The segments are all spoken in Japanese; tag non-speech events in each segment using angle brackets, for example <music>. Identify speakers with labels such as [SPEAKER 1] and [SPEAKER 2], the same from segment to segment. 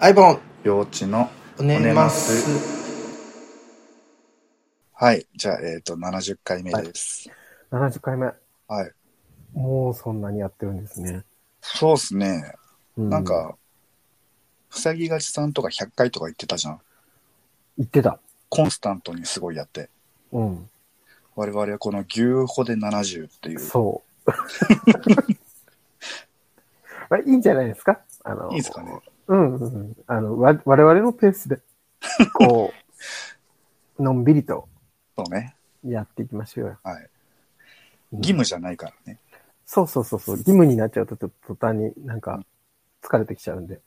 [SPEAKER 1] アイボン、
[SPEAKER 2] 幼稚の
[SPEAKER 1] おねます。
[SPEAKER 2] はい。じゃあ、えっ、と、70回目です。
[SPEAKER 3] 70回目。
[SPEAKER 2] はい。
[SPEAKER 3] もうそんなにやってるんですね。
[SPEAKER 2] そうっすね。
[SPEAKER 3] う
[SPEAKER 2] なん、か、ふさぎがちさんとか100回とか言ってたじゃん。
[SPEAKER 3] 言ってた。
[SPEAKER 2] コンスタントにすごいやって。
[SPEAKER 3] うん。
[SPEAKER 2] 我々はこの牛歩で70っていう。
[SPEAKER 3] そう。 <laughs> まあ、いいんじゃないですかあの、
[SPEAKER 2] いいですかね。
[SPEAKER 3] うんうんうん。あの、わ、我々のペースで、こ
[SPEAKER 2] <laughs>
[SPEAKER 3] う、のんびりと
[SPEAKER 2] そうね。
[SPEAKER 3] やっていきましょうよ。
[SPEAKER 2] はい。
[SPEAKER 3] うん
[SPEAKER 2] 義務じゃないからね。
[SPEAKER 3] そうそうそうそう。義務になっちゃうと、ちょっと途端になんか疲れてきちゃうんで。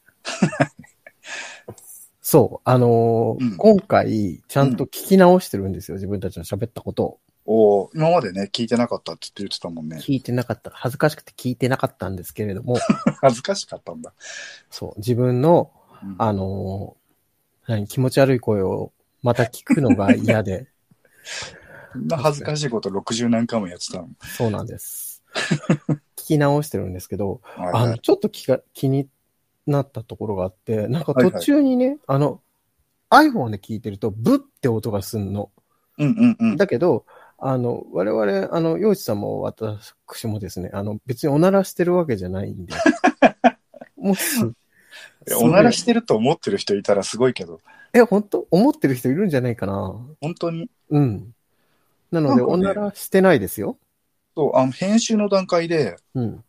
[SPEAKER 3] <laughs> そう。あのー
[SPEAKER 2] うん
[SPEAKER 3] 今回、ちゃんと聞き直してるんですよ。自分たちの喋ったことを。
[SPEAKER 2] おお今までね、聞いてなかったって言ってたもんね。
[SPEAKER 3] 聞いてなかった。恥ずかしくて聞いてなかったんですけ
[SPEAKER 2] <laughs>
[SPEAKER 3] れども、
[SPEAKER 2] 恥ずかしかったんだ。
[SPEAKER 3] そう。自分の、
[SPEAKER 2] うん
[SPEAKER 3] あのー何、気持ち悪い声をまた聞くのが
[SPEAKER 2] <laughs>
[SPEAKER 3] 嫌で、
[SPEAKER 2] そんな恥ずかしいこと60何回もやってたの。
[SPEAKER 3] そうなんです。聞き直してるんですけど、
[SPEAKER 2] はい
[SPEAKER 3] あ
[SPEAKER 2] は
[SPEAKER 3] の、
[SPEAKER 2] い。
[SPEAKER 3] ちょっと気が、気になったところがあって、なんか
[SPEAKER 2] はいは
[SPEAKER 3] 途
[SPEAKER 2] い
[SPEAKER 3] 中にね、あの、iPhone で聞いてると、ブッって音がすんの。
[SPEAKER 2] うんうんうん。
[SPEAKER 3] だけど、あの、我々、あの、洋一さんも私もですね、あの、別におならしてるわけじゃない
[SPEAKER 2] <laughs>
[SPEAKER 3] んで。もうす、
[SPEAKER 2] えおならしてると思ってる人いたらすごいけど、
[SPEAKER 3] え、本当思ってる人いるんじゃないかな
[SPEAKER 2] 本当に、
[SPEAKER 3] うん。なので、
[SPEAKER 2] なんか
[SPEAKER 3] お
[SPEAKER 2] ね
[SPEAKER 3] ならしてないですよ。
[SPEAKER 2] そう、あの、編集の段階で、
[SPEAKER 3] うん。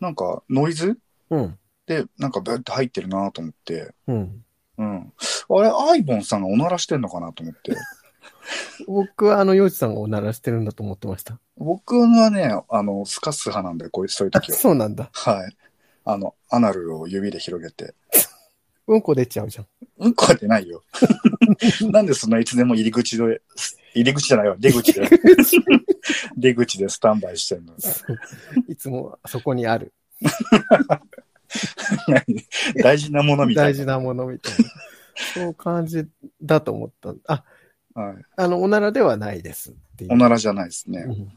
[SPEAKER 2] なんか、ノイズ
[SPEAKER 3] うん。
[SPEAKER 2] で、なんか、ブッて入ってるなと思って、
[SPEAKER 3] うん。
[SPEAKER 2] うん。あれ、アイボンさんがおならしてんのかなと思って。
[SPEAKER 3] 僕は、あの、洋一さんがおならしてるんだと思ってま
[SPEAKER 2] <laughs>
[SPEAKER 3] した。
[SPEAKER 2] 僕はね、あの、スカス派なんで、こういう、そういう
[SPEAKER 3] あ、 <laughs>
[SPEAKER 2] 時は。
[SPEAKER 3] そうなんだ。
[SPEAKER 2] はい。あの、アナルを指で広げて、
[SPEAKER 3] うんこ出ちゃう
[SPEAKER 2] <laughs>
[SPEAKER 3] じゃん。
[SPEAKER 2] うんこは出ないよ。 <laughs> なんでそんないつでも入り口で、入り口じゃないわ、出口で、
[SPEAKER 3] <laughs>
[SPEAKER 2] 出口でスタンバイしてんの。
[SPEAKER 3] いつもそこにある。
[SPEAKER 2] 大事なものみたい
[SPEAKER 3] 大
[SPEAKER 2] な。
[SPEAKER 3] 事なものみたいな。そう感じだと思った。あ、
[SPEAKER 2] はい。
[SPEAKER 3] あの、おならではないですっていう。
[SPEAKER 2] おならじゃないですね。
[SPEAKER 3] うん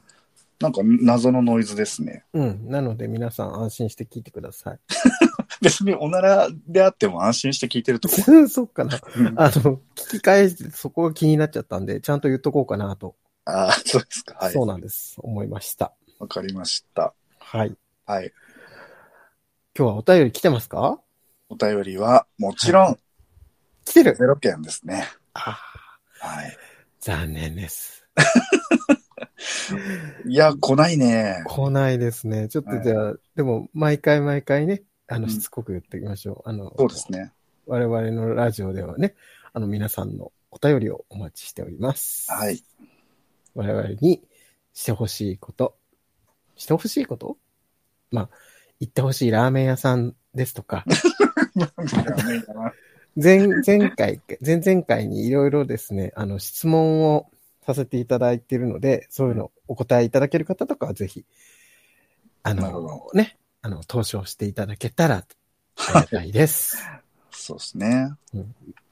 [SPEAKER 2] なんか、謎のノイズですね。
[SPEAKER 3] うん。なので皆さん安心して聞いてください。
[SPEAKER 2] 別におならであっても安心して聞いてると思
[SPEAKER 3] <laughs> そうかな。
[SPEAKER 2] う。
[SPEAKER 3] あの、聞き返してそこが気になっちゃったんで、ちゃんと言っとこうかなと。
[SPEAKER 2] ああ、 <laughs> そうですか。はい。
[SPEAKER 3] そうなんです。思いました。
[SPEAKER 2] わかりました。
[SPEAKER 3] はい。
[SPEAKER 2] はい。
[SPEAKER 3] 今日はお便り来てますか
[SPEAKER 2] お便りは、もちろん、
[SPEAKER 3] 来てる
[SPEAKER 2] ゼロ件ですね。
[SPEAKER 3] あ
[SPEAKER 2] はい。
[SPEAKER 3] 残念です。
[SPEAKER 2] いや、来ないね。
[SPEAKER 3] 来ないですね。ちょっとじゃあ、でも毎回毎回ね、あの、しつこく言っていきましょう。あの、
[SPEAKER 2] そうですね。
[SPEAKER 3] 我々のラジオではね、あの皆さんのお便りをお待ちしております。
[SPEAKER 2] はい。 <laughs>
[SPEAKER 3] 我々にしてほしいこと、してほしいことまあ、行ってほしいラーメン屋さんです
[SPEAKER 2] <laughs>
[SPEAKER 3] とか、前、前回、前々回にいろいろですね、あの質問をさせていただいているので、そういうのをお答えいただける方とかはぜひ、あ
[SPEAKER 2] なるほ
[SPEAKER 3] の、ね、あの、投資をしていただけたら、ありがた
[SPEAKER 2] <laughs>
[SPEAKER 3] いです。
[SPEAKER 2] そうですね。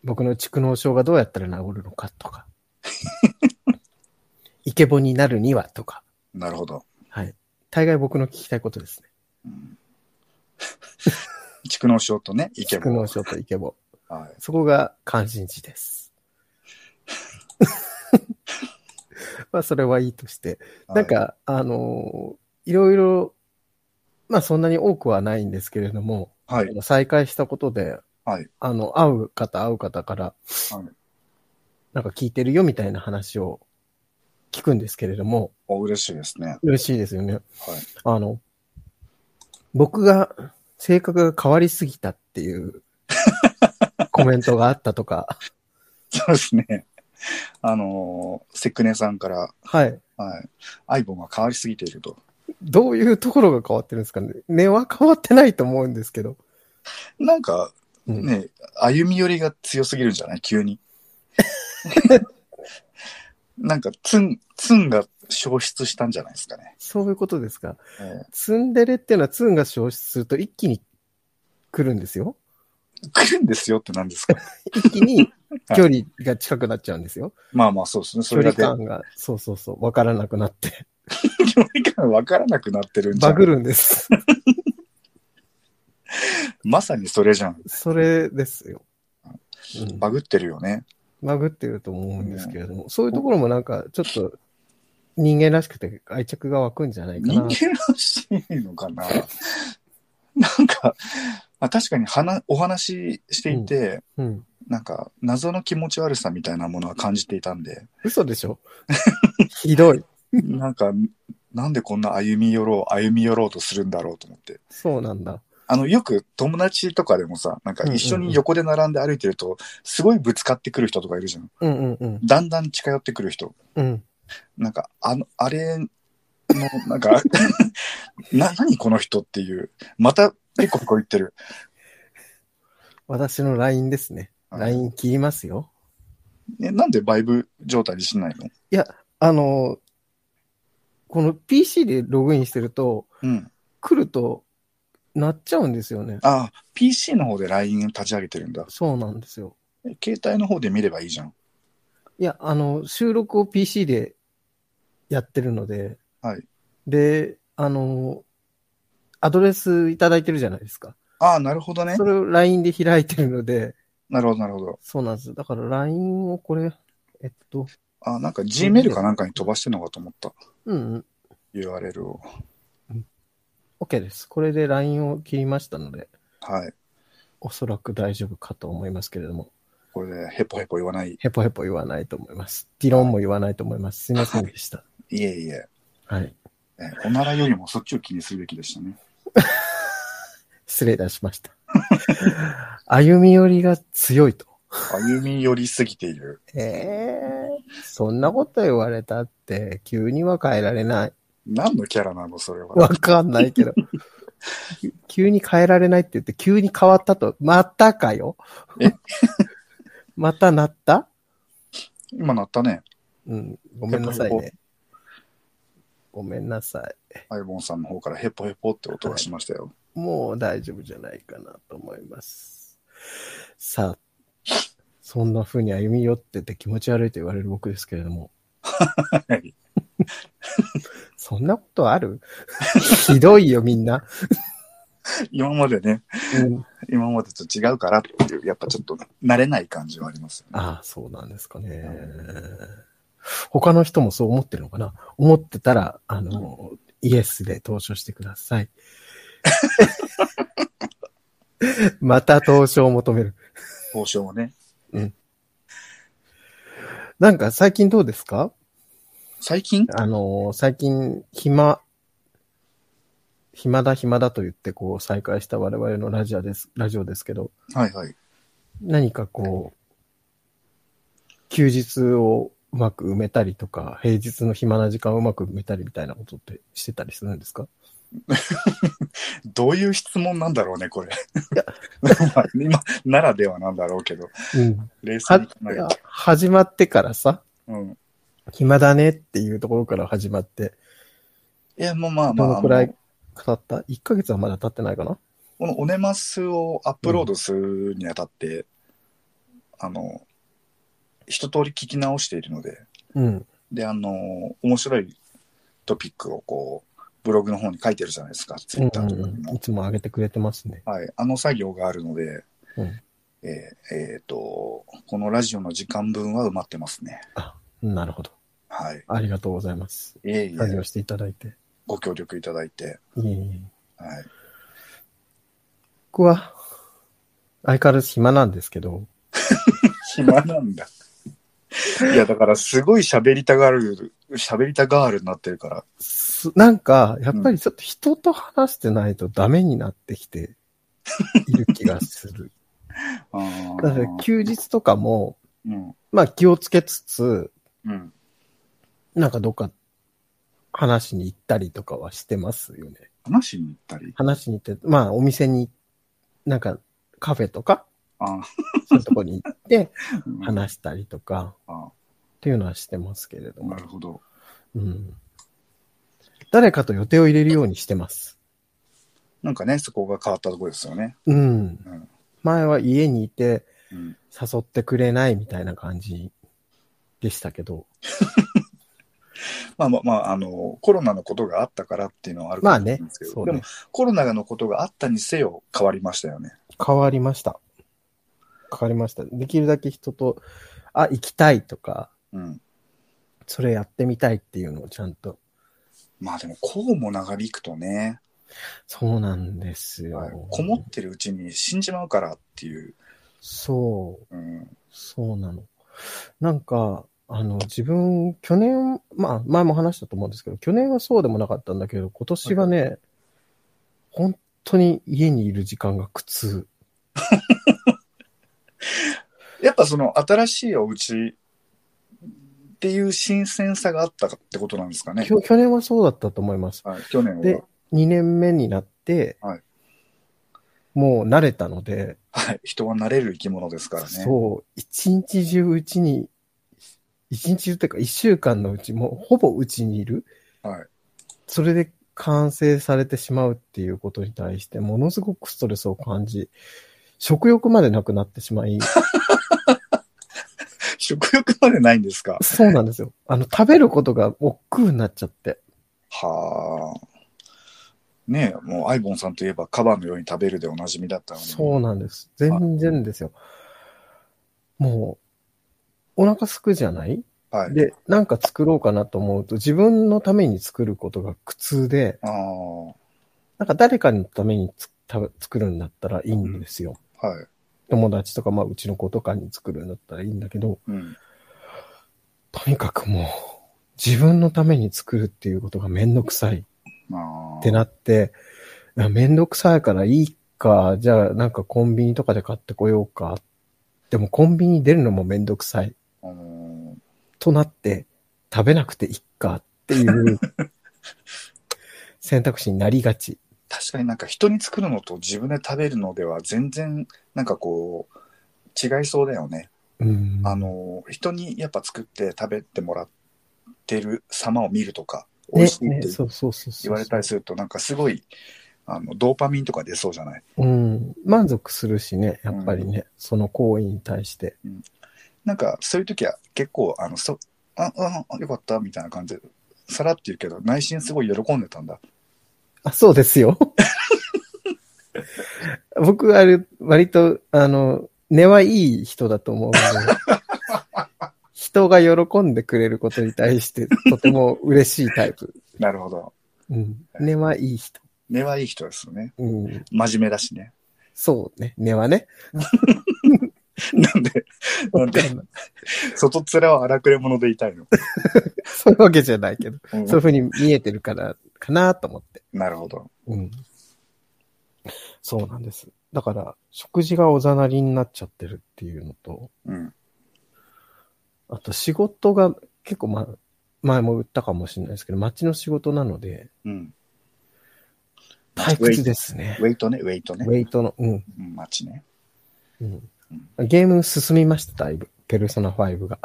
[SPEAKER 3] 僕の蓄膿症がどうやったら治るのかとか、 <laughs> イケボになるにはとか、
[SPEAKER 2] なるほど。
[SPEAKER 3] はい。大概僕の聞きたいことですね。
[SPEAKER 2] 蓄膿症
[SPEAKER 3] <laughs>
[SPEAKER 2] とね、イケ
[SPEAKER 3] 蓄
[SPEAKER 2] ボ。
[SPEAKER 3] 膿症とイケボ。
[SPEAKER 2] はい。
[SPEAKER 3] そこが関心事です。 <laughs> まあ、それはいいとして。なんか、
[SPEAKER 2] はい、
[SPEAKER 3] あのーいろいろ、まあ、そんなに多くはないんですけれども、
[SPEAKER 2] はい
[SPEAKER 3] あ。の再会したことで、
[SPEAKER 2] はい
[SPEAKER 3] あの、会う方、会う方から、
[SPEAKER 2] はい
[SPEAKER 3] なんか聞いてるよみたいな話を聞くんですけれども、
[SPEAKER 2] お、嬉しいですね。
[SPEAKER 3] 嬉しいですよね。あの、僕が性格が変わりすぎたっていう
[SPEAKER 2] <laughs>
[SPEAKER 3] コメントがあったとか、
[SPEAKER 2] そうですね。あのー、セクネさんから、
[SPEAKER 3] はい。
[SPEAKER 2] はい。アイボンが変わりすぎていると。
[SPEAKER 3] どういうところが変わってるんですかね。根は変わってないと思うんですけど。
[SPEAKER 2] なんか、
[SPEAKER 3] うん
[SPEAKER 2] ね、歩み寄りが強すぎるんじゃない急
[SPEAKER 3] <laughs>
[SPEAKER 2] に。なんか、ツン、ツンが消失したんじゃないですかね。
[SPEAKER 3] そういうことですか。
[SPEAKER 2] え
[SPEAKER 3] ツンデレっていうのはツンが消失すると一気に来るんですよ。
[SPEAKER 2] え来るんですよって何です
[SPEAKER 3] <laughs>
[SPEAKER 2] か
[SPEAKER 3] 一気に距離が近くなっちゃうんですよ。
[SPEAKER 2] まあまあそうですね。 <laughs> そ
[SPEAKER 3] 距
[SPEAKER 2] れ
[SPEAKER 3] 離
[SPEAKER 2] だけ
[SPEAKER 3] 感が、そうそうそう、わからなくなって、
[SPEAKER 2] <laughs> <laughs> 距離感わからなくなってるんじゃ
[SPEAKER 3] バ
[SPEAKER 2] ん。
[SPEAKER 3] グるんです。
[SPEAKER 2] まさにそれじゃん。
[SPEAKER 3] それですよ。うん
[SPEAKER 2] バグってるよね。
[SPEAKER 3] バグってると思うんですけれども、そういうところもなんか、ちょっと人間らしくて愛着が湧くんじゃないか
[SPEAKER 2] 人
[SPEAKER 3] な。
[SPEAKER 2] 間らしいのかな <laughs> なんか、まあ、確かに話お話ししていて、
[SPEAKER 3] うん。
[SPEAKER 2] なんか謎の気持ち悪さみたいなものは感じていたんで、
[SPEAKER 3] 嘘で
[SPEAKER 2] <laughs>
[SPEAKER 3] しょひどい。
[SPEAKER 2] なんか、なんでこんな歩み寄ろう、歩み寄ろうとするんだろうと思って。
[SPEAKER 3] そうなんだ。
[SPEAKER 2] あの、よく友達とかでもさ、なんか一緒に横で並んで歩いてると、すごいぶつかってくる人とかいるじゃん。
[SPEAKER 3] うんうんうん。
[SPEAKER 2] だんだん近寄ってくる人。
[SPEAKER 3] うん。
[SPEAKER 2] なんか、あの、あれの、なんか、 <laughs> な、何この人っていう。また、ピコピコ言ってる。
[SPEAKER 3] 私の LINE です
[SPEAKER 2] う
[SPEAKER 3] ね。
[SPEAKER 2] ん
[SPEAKER 3] LINE 切りますよ。
[SPEAKER 2] え、なんでバイブ状態にしないの
[SPEAKER 3] あの、この PC でログインしてると、
[SPEAKER 2] うん。
[SPEAKER 3] 来ると、なっちゃうんですよね。
[SPEAKER 2] ああ、PC の方で LINE 立ち上げてるんだ。
[SPEAKER 3] そうなんですよ。
[SPEAKER 2] え携帯の方で見ればいいじゃん。
[SPEAKER 3] いや、あの、収録を PC でやってるので、
[SPEAKER 2] はい。
[SPEAKER 3] で、あの、アドレスいただいてるじゃないですか。
[SPEAKER 2] ああ、なるほどね
[SPEAKER 3] そ。れを LINE で開いてるので、
[SPEAKER 2] なるほど、なるほど。
[SPEAKER 3] そうなんです。だから LINE をこれ、えっと、
[SPEAKER 2] ああ、なんか Gmail かなんかに飛ばしてるのかと思った。
[SPEAKER 3] うん、うん、
[SPEAKER 2] URL を。
[SPEAKER 3] OK です。これで LINE を切りましたので、
[SPEAKER 2] はい。
[SPEAKER 3] おそらく大丈夫かと思いますけれども、
[SPEAKER 2] これで、ヘポヘポ言わない。
[SPEAKER 3] ヘポヘポ言わないと思います。ディロンも言わないと思います。すいませんでした。
[SPEAKER 2] いえいえ。
[SPEAKER 3] はい。
[SPEAKER 2] えおならよりもそっちを気にするべきでしたね。
[SPEAKER 3] 失礼いたしました。 <laughs> 歩み寄りが強いと。
[SPEAKER 2] 歩み寄りすぎている。
[SPEAKER 3] ええそんなこと言われたって、急には変えられない。
[SPEAKER 2] 何のキャラなの、それは。
[SPEAKER 3] わかんないけど。 <laughs> 急に変えられないって言って、急に変わったと、またかよ
[SPEAKER 2] え。
[SPEAKER 3] <laughs> またなった
[SPEAKER 2] 今なったね。
[SPEAKER 3] うん、ごめんなさいね。ごめんなさい。
[SPEAKER 2] アイボンさんの方からヘポヘポって音がしましたよ。
[SPEAKER 3] もう大丈夫じゃないかなと思います。さあ、そんな風に歩み寄ってて気持ち悪いと言われる僕ですけれども。
[SPEAKER 2] はい。
[SPEAKER 3] そんなことあるひどいよ、みんな。
[SPEAKER 2] 今までね、
[SPEAKER 3] うん、
[SPEAKER 2] 今までと違うからっていう、やっぱちょっと慣れない感じはありますよね。
[SPEAKER 3] ああ、そうなんですかね。他の人もそう思ってるのかな思ってたら、あの、イエスで投書してくだ
[SPEAKER 2] <laughs>
[SPEAKER 3] さい。また投書を求める。
[SPEAKER 2] 交渉もね。
[SPEAKER 3] なんか最近どうですか
[SPEAKER 2] 最近
[SPEAKER 3] あの、最近、暇、暇だ暇だと言って、こう、再開した我々のラジオです、ラジオですけど、
[SPEAKER 2] はいはい。
[SPEAKER 3] 何かこう、休日をうまく埋めたりとか、平日の暇な時間をうまく埋めたりみたいなことってしてたりするんですか
[SPEAKER 2] どういう質問なんだろうね、これ。 <laughs> まあ今ならではなんだろうけど、
[SPEAKER 3] うん。
[SPEAKER 2] 冷静に
[SPEAKER 3] は
[SPEAKER 2] 考える、
[SPEAKER 3] 始まってからさ、
[SPEAKER 2] うん。い
[SPEAKER 3] 暇だねっていうところから始まって、
[SPEAKER 2] や、もうまあま
[SPEAKER 3] ど
[SPEAKER 2] あ、
[SPEAKER 3] のくら
[SPEAKER 2] あ
[SPEAKER 3] い経った ?1 ヶ月はまだ経ってないかな
[SPEAKER 2] このオネマスをアップロードするにあたって、あの、一通り聞き直しているので、
[SPEAKER 3] うん。
[SPEAKER 2] で、あの、面白いトピックをこう、ブログの方に書いてるじゃないですか、ツイ
[SPEAKER 3] う
[SPEAKER 2] ッ
[SPEAKER 3] ん
[SPEAKER 2] ターとかにも。
[SPEAKER 3] うん、いつも上げてくれてますね。
[SPEAKER 2] はい、あの作業があるので、
[SPEAKER 3] うん
[SPEAKER 2] えーえーと、このラジオの時間分は埋まってますね。
[SPEAKER 3] なるほど。
[SPEAKER 2] はい。
[SPEAKER 3] ありがとうございます。
[SPEAKER 2] いえい
[SPEAKER 3] 作
[SPEAKER 2] え、
[SPEAKER 3] 業していただいて。
[SPEAKER 2] ご協力いただいて。
[SPEAKER 3] いえいえ。
[SPEAKER 2] はい。
[SPEAKER 3] 僕は、相変わらず暇なんですけど、
[SPEAKER 2] 暇なん
[SPEAKER 3] <laughs>
[SPEAKER 2] だ。いや、だからすごい喋りたがる、喋りたガールになってるから。
[SPEAKER 3] すなんか、やっぱりちょっと人と話してないとダメになってき <laughs> ている気がする。
[SPEAKER 2] あー
[SPEAKER 3] だから休日とかも、
[SPEAKER 2] うん。
[SPEAKER 3] まあ気をつけつつ、
[SPEAKER 2] うん。
[SPEAKER 3] なんかどっか話しに行ったりとかはしてますよね。
[SPEAKER 2] 話しに行ったり。
[SPEAKER 3] 話しに行って、まあお店に、なんかカフェとか、
[SPEAKER 2] あ
[SPEAKER 3] そういうとこに行って
[SPEAKER 2] ー
[SPEAKER 3] 話したりとか、
[SPEAKER 2] あ
[SPEAKER 3] っていうのはしてますけれど
[SPEAKER 2] ー、
[SPEAKER 3] も
[SPEAKER 2] な。るほど。
[SPEAKER 3] うん。誰かと予定を入れるようにしてます。
[SPEAKER 2] なんかね、そこが変わったところですよね。
[SPEAKER 3] うん。
[SPEAKER 2] うん
[SPEAKER 3] 前は家にいて
[SPEAKER 2] うん、
[SPEAKER 3] 誘ってくれないみたいな感じでしたけど。
[SPEAKER 2] まあまあ、まあ、あの、コロナのことがあったからっていうのはあるか
[SPEAKER 3] まあ
[SPEAKER 2] もしれ
[SPEAKER 3] ね
[SPEAKER 2] ないですけど、
[SPEAKER 3] そう
[SPEAKER 2] で
[SPEAKER 3] ね
[SPEAKER 2] も、コロナのことがあったにせよ変わりましたよね。
[SPEAKER 3] 変わりました。変わりました。できるだけ人と、あ、行きたいとか、
[SPEAKER 2] うん。
[SPEAKER 3] それやってみたいっていうのをちゃんと。
[SPEAKER 2] まあでも、こうも長引くとね、
[SPEAKER 3] そうなんですよ。
[SPEAKER 2] こもってるうちに死んじまうからっていう。
[SPEAKER 3] そう、
[SPEAKER 2] うん。
[SPEAKER 3] そうなの。なんか、あの、自分、去年、まあ、前も話したと思うんですけど、去年はそうでもなかったんだけど、今年はね、本当に家にいる時間が苦痛。
[SPEAKER 2] やっぱその、新しいお家っていう新鮮さがあったってことなんですかね
[SPEAKER 3] き。ょ去年はそうだったと思います。
[SPEAKER 2] はい、去年
[SPEAKER 3] で
[SPEAKER 2] は。、
[SPEAKER 3] 2年目になって、
[SPEAKER 2] はい
[SPEAKER 3] もう慣れたので、
[SPEAKER 2] はい。人は慣れる生き物ですからね。
[SPEAKER 3] そう、一日中うちに、一日中というか一週間のうちもうほぼうちにいる。
[SPEAKER 2] はい。
[SPEAKER 3] それで完成されてしまうっていうことに対して、ものすごくストレスを感じ、食欲までなくなってしま
[SPEAKER 2] <laughs>
[SPEAKER 3] い、
[SPEAKER 2] 食欲までないんですか
[SPEAKER 3] そうなんですよ。あの、食べることが億劫になっちゃって。
[SPEAKER 2] はあ。ねえ、もうアイボンさんといえばカバーのように食べるでおなじみだったのに。
[SPEAKER 3] そうなんです。全然ですよ。もう、お腹すくじゃない
[SPEAKER 2] はい。
[SPEAKER 3] で、なんか作ろうかなと思うと、自分のために作ることが苦痛で、
[SPEAKER 2] ああ、は
[SPEAKER 3] なんか誰かのためにつた作るんだったらいいんですよ。
[SPEAKER 2] い。
[SPEAKER 3] 友達とか、まあ、うちの子とかに作るんだったらいいんだけど、
[SPEAKER 2] うん。
[SPEAKER 3] とにかくもう、自分のために作るっていうことがめんどくさいっ
[SPEAKER 2] ああ。
[SPEAKER 3] てなって、いやめんどくさいからいいか、じゃあなんかコンビニとかで買ってこようか。でもコンビニ出るのもめんどくさい。
[SPEAKER 2] あのー
[SPEAKER 3] となって、食べなくていいかっていう
[SPEAKER 2] <laughs>
[SPEAKER 3] 選択肢になりがち。
[SPEAKER 2] 確かになんか人に作るのと自分で食べるのでは全然なんかこう違いそうだよね。
[SPEAKER 3] うん。
[SPEAKER 2] あのー人にやっぱ作って食べてもらってる様を見るとか、美
[SPEAKER 3] ね
[SPEAKER 2] 味しい
[SPEAKER 3] ね、
[SPEAKER 2] って
[SPEAKER 3] そうそうそうそう。
[SPEAKER 2] 言われたりするとなんかすごいあのドーパミンとか出そうじゃない
[SPEAKER 3] うん。満足するしね、やっぱりね、その行為に対して。
[SPEAKER 2] なんかそういう時は結構あのそあああよかったみたいな感じでさらって言うけど内心すごい喜んでたんだ
[SPEAKER 3] あ、そうですよ。 <laughs> 僕、あれ、割と、あの、根はいい人だと思うので、
[SPEAKER 2] <laughs>
[SPEAKER 3] 人が喜んでくれることに対して、とても嬉しいタイプ。
[SPEAKER 2] なるほど
[SPEAKER 3] うん。根はいい人。
[SPEAKER 2] 根はいい人ですよね
[SPEAKER 3] うん。
[SPEAKER 2] 真面目だしね <laughs>
[SPEAKER 3] そうね、根はね。
[SPEAKER 2] なんでなんで外っ面は荒くれ者でいたいの、
[SPEAKER 3] <laughs> そういうわけじゃないけど、
[SPEAKER 2] うん
[SPEAKER 3] そういうふうに見えてるから、かなと思って。
[SPEAKER 2] なるほど
[SPEAKER 3] うん。そうなんです。だから、食事がおざなりになっちゃってるっていうのと、
[SPEAKER 2] うん
[SPEAKER 3] あと仕事が結構ま、前も言ったかもしれないですけど、街の仕事なので、
[SPEAKER 2] うん
[SPEAKER 3] 退屈ですね
[SPEAKER 2] ウ。ェイトねウェイトね
[SPEAKER 3] ウェイトの、うん、
[SPEAKER 2] うんマッチね
[SPEAKER 3] うん。ゲーム進みました、だいぶ。ペルソナ5が。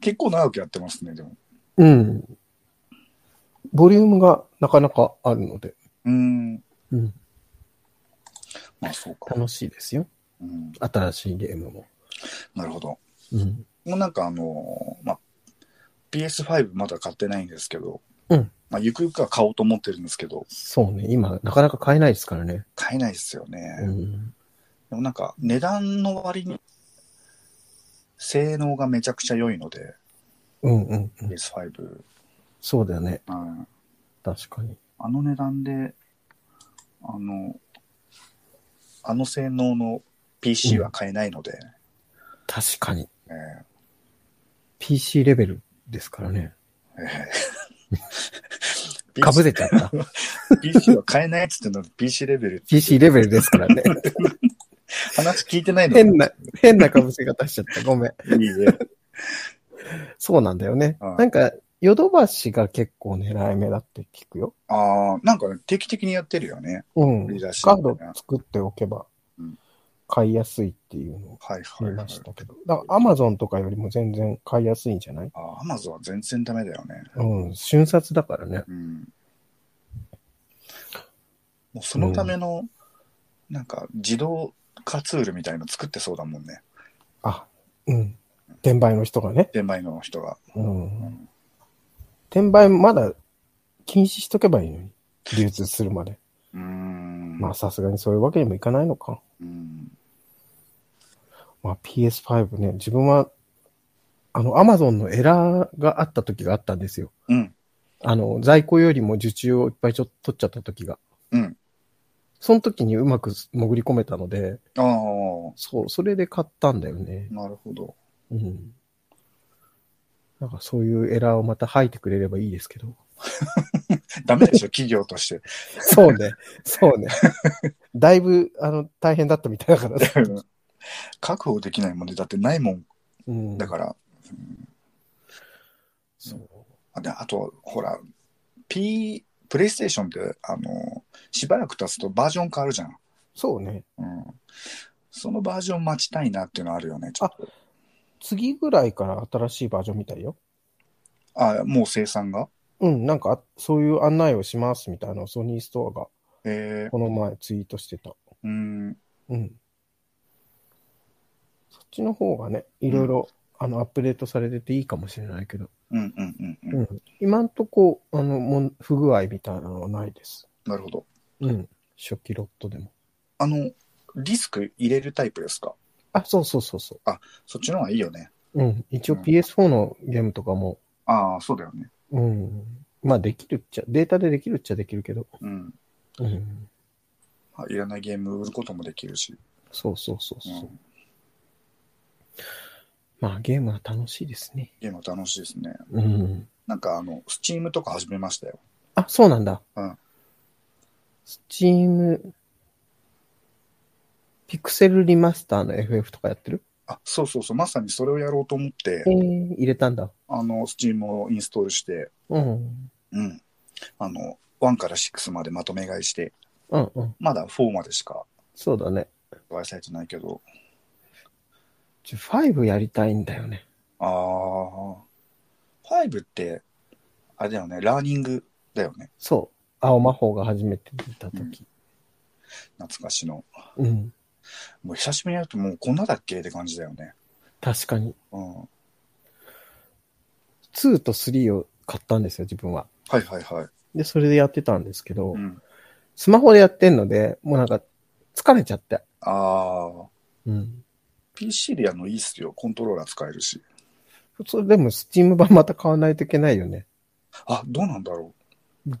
[SPEAKER 2] 結構長くやってますねでも
[SPEAKER 3] うん。ボリュームがなかなかあるので、
[SPEAKER 2] うーん
[SPEAKER 3] うん。
[SPEAKER 2] まあそうか、
[SPEAKER 3] 楽しいですよ。
[SPEAKER 2] うん、
[SPEAKER 3] 新しいゲームも。
[SPEAKER 2] なるほど
[SPEAKER 3] うん。
[SPEAKER 2] もうなんかあのーまあ、PS5 まだ買ってないんですけど、
[SPEAKER 3] うん
[SPEAKER 2] まあ、ゆくゆくは買おうと思ってるんですけど、
[SPEAKER 3] そうね。今、なかなか買えないですからね。
[SPEAKER 2] 買えないですよね。
[SPEAKER 3] うん。
[SPEAKER 2] でもなんか値段の割に、性能がめちゃくちゃ良いので、
[SPEAKER 3] うんうんうん。
[SPEAKER 2] PS5。
[SPEAKER 3] そうだよね。
[SPEAKER 2] うん、
[SPEAKER 3] 確かに。
[SPEAKER 2] あの値段で、あの、あの性能の PC は買えないので、
[SPEAKER 3] 確かに。
[SPEAKER 2] えー
[SPEAKER 3] PC レベルですからね。
[SPEAKER 2] えー
[SPEAKER 3] かぶれちゃった。
[SPEAKER 2] PC は買えないっつってんのに PC レベル
[SPEAKER 3] PC レベルですからね。
[SPEAKER 2] 話聞いてないの
[SPEAKER 3] 変な、変な被せ方しちゃった。ごめん。
[SPEAKER 2] いいね。
[SPEAKER 3] そうなんだよね。
[SPEAKER 2] はい
[SPEAKER 3] なんか、ヨドバシが結構狙い目だって聞くよ。
[SPEAKER 2] ああ、なんかね、定期的にやってるよね。
[SPEAKER 3] うん。
[SPEAKER 2] 売り出し
[SPEAKER 3] カード作っておけば
[SPEAKER 2] うん、
[SPEAKER 3] 買いやすいっていうのを
[SPEAKER 2] はいはい、
[SPEAKER 3] 見
[SPEAKER 2] は
[SPEAKER 3] ま
[SPEAKER 2] い。
[SPEAKER 3] したけど。だから、アマゾンとかよりも全然買いやすいんじゃない
[SPEAKER 2] ああ、アマゾンは全然ダメだよね。
[SPEAKER 3] うん。瞬殺だからね。
[SPEAKER 2] うん。もうそのための、なんか自動化ツールみたいの作ってそうだもんね。
[SPEAKER 3] あ、うん。転売の人がね。
[SPEAKER 2] 転売の人が。
[SPEAKER 3] うん。転売まだ禁止しとけばいいのに。流通するまで。
[SPEAKER 2] うーん。
[SPEAKER 3] まあさすがにそういうわけにもいかないのか。
[SPEAKER 2] うん。
[SPEAKER 3] まあ PS5 ね、自分は、あの、Amazon のエラーがあった時があったんですよ。
[SPEAKER 2] うん。
[SPEAKER 3] あの、在庫よりも受注をいっぱいちょっと取っちゃった時が。
[SPEAKER 2] うん。
[SPEAKER 3] その時にうまく潜り込めたので、
[SPEAKER 2] ああ、
[SPEAKER 3] そう、それで買ったんだよね。
[SPEAKER 2] なるほど。
[SPEAKER 3] うん。なんかそういうエラーをまた吐いてくれればいいですけ
[SPEAKER 2] <laughs>
[SPEAKER 3] ど。
[SPEAKER 2] ダメでしょ、企業として。 <laughs>
[SPEAKER 3] そうね。そうね。だいぶ、あの、大変だったみたいだから。
[SPEAKER 2] 確保できないもんで、だってないもん
[SPEAKER 3] うん。
[SPEAKER 2] だから。
[SPEAKER 3] そう。
[SPEAKER 2] あであと、ほら、P、プレイステーションって、あの、しばらく経つとバージョン変わるじゃん。
[SPEAKER 3] そうね。
[SPEAKER 2] うん。そのバージョン待ちたいなっていうのはあるよね、ちょっと。
[SPEAKER 3] 次ぐらいから新しいバージョンみたいよ。
[SPEAKER 2] あもう生産が
[SPEAKER 3] うん、なんか、あそういう案内をしますみたいなのをソニーストアが
[SPEAKER 2] えー、
[SPEAKER 3] この前ツイートしてた。
[SPEAKER 2] うーん。
[SPEAKER 3] うん。そっちの方がね、いろいろ、あの、アップデートされてていいかもしれないけど、
[SPEAKER 2] うんうんうんうん。
[SPEAKER 3] うん今んとこ、あの、もん不具合みたいなのはないです。
[SPEAKER 2] なるほど。
[SPEAKER 3] うん。初期ロットでも。
[SPEAKER 2] あの、ディスク入れるタイプですか
[SPEAKER 3] あ、そうそうそうそ
[SPEAKER 2] そっちの方がいいよね。
[SPEAKER 3] う。うん。一応
[SPEAKER 2] うん
[SPEAKER 3] PS4 のゲームとかも、
[SPEAKER 2] ああ、そうだよね。
[SPEAKER 3] うん。まあ、できるっちゃ、データでできるっちゃできるけど、
[SPEAKER 2] うん。
[SPEAKER 3] うん。
[SPEAKER 2] まあいらないゲーム売ることもできるし。
[SPEAKER 3] そうそうそう
[SPEAKER 2] う
[SPEAKER 3] そう。
[SPEAKER 2] ん、
[SPEAKER 3] まあ、ゲームは楽しいですね。
[SPEAKER 2] ゲームは楽しいですね。
[SPEAKER 3] うん。
[SPEAKER 2] なんか、あの、スチームとか始めましたよ。
[SPEAKER 3] あ、そうなんだ。
[SPEAKER 2] うん。
[SPEAKER 3] スチーム、ピクセルリマスターの FF とかやってる
[SPEAKER 2] あ、そうそうそう。まさにそれをやろうと思って
[SPEAKER 3] え、ー、入れたんだ。
[SPEAKER 2] あの、スチームをインストールして、
[SPEAKER 3] うん。
[SPEAKER 2] うん。あの、1から6までまとめ買いして、
[SPEAKER 3] うんうん。
[SPEAKER 2] まだ4までしか
[SPEAKER 3] そうだね。
[SPEAKER 2] お会いされてないけど、
[SPEAKER 3] ちょ、5やりたいんだよね。
[SPEAKER 2] あー、5って、あれだよね、ラーニングだよね。
[SPEAKER 3] そう。青魔法が初めて出た時。
[SPEAKER 2] 懐かしの。
[SPEAKER 3] うん。
[SPEAKER 2] もう久しぶりにやるともうこんなだっけって感じだよね。
[SPEAKER 3] 確かに。
[SPEAKER 2] うん。は
[SPEAKER 3] 2と3を買ったんですよ、自分は。
[SPEAKER 2] いはいはい。
[SPEAKER 3] で、それでやってたんですけど、
[SPEAKER 2] うん。
[SPEAKER 3] スマホでやってんので、もうなんか、疲れちゃって。
[SPEAKER 2] あー、
[SPEAKER 3] うん。
[SPEAKER 2] PC でやるのいいっすよ。コントローラー使えるし。
[SPEAKER 3] それでも、スチーム版また買わないといけないよね。
[SPEAKER 2] あ、どうなんだろ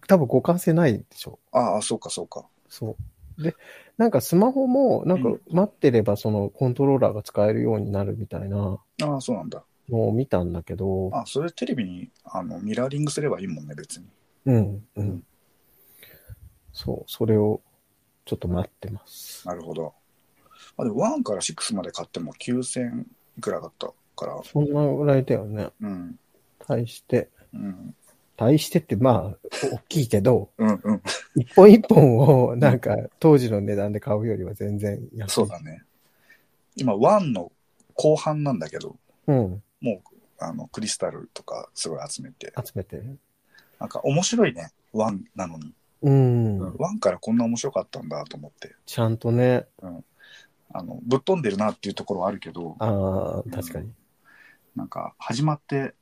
[SPEAKER 3] 多分互換性ないでしょ。
[SPEAKER 2] う。ああ、そうかそうか。
[SPEAKER 3] そう。で、なんかスマホも、なんか
[SPEAKER 2] うん
[SPEAKER 3] 待ってればそのコントローラーが使えるようになるみたいな
[SPEAKER 2] ああ、そうなんだ。
[SPEAKER 3] のを見たんだけど、
[SPEAKER 2] あそれテレビにあのミラーリングすればいいもんね、別に。
[SPEAKER 3] うん、うん。そう、それをちょっと待ってます。
[SPEAKER 2] なるほど。あでも1から6まで買っても9000いくらだったから。
[SPEAKER 3] そんなぐらいだよね。
[SPEAKER 2] うん。
[SPEAKER 3] 対して、
[SPEAKER 2] うん。
[SPEAKER 3] 対してってまあ、大きいけど、
[SPEAKER 2] うんうん。
[SPEAKER 3] 一本一本をなんか当時の値段で買うよりは全然安い。
[SPEAKER 2] そう。だね。今、1の後半なんだけど、
[SPEAKER 3] うん、
[SPEAKER 2] もうあのクリスタルとかすごい集めて。
[SPEAKER 3] 集めてる。
[SPEAKER 2] なんか面白いね、1なのに。
[SPEAKER 3] うん、
[SPEAKER 2] 1からこんな面白かったんだと思って。
[SPEAKER 3] ちゃんとね、
[SPEAKER 2] あのぶっ飛んでるなっていうところはあるけど、
[SPEAKER 3] ああ、確かに。
[SPEAKER 2] なんか始まって、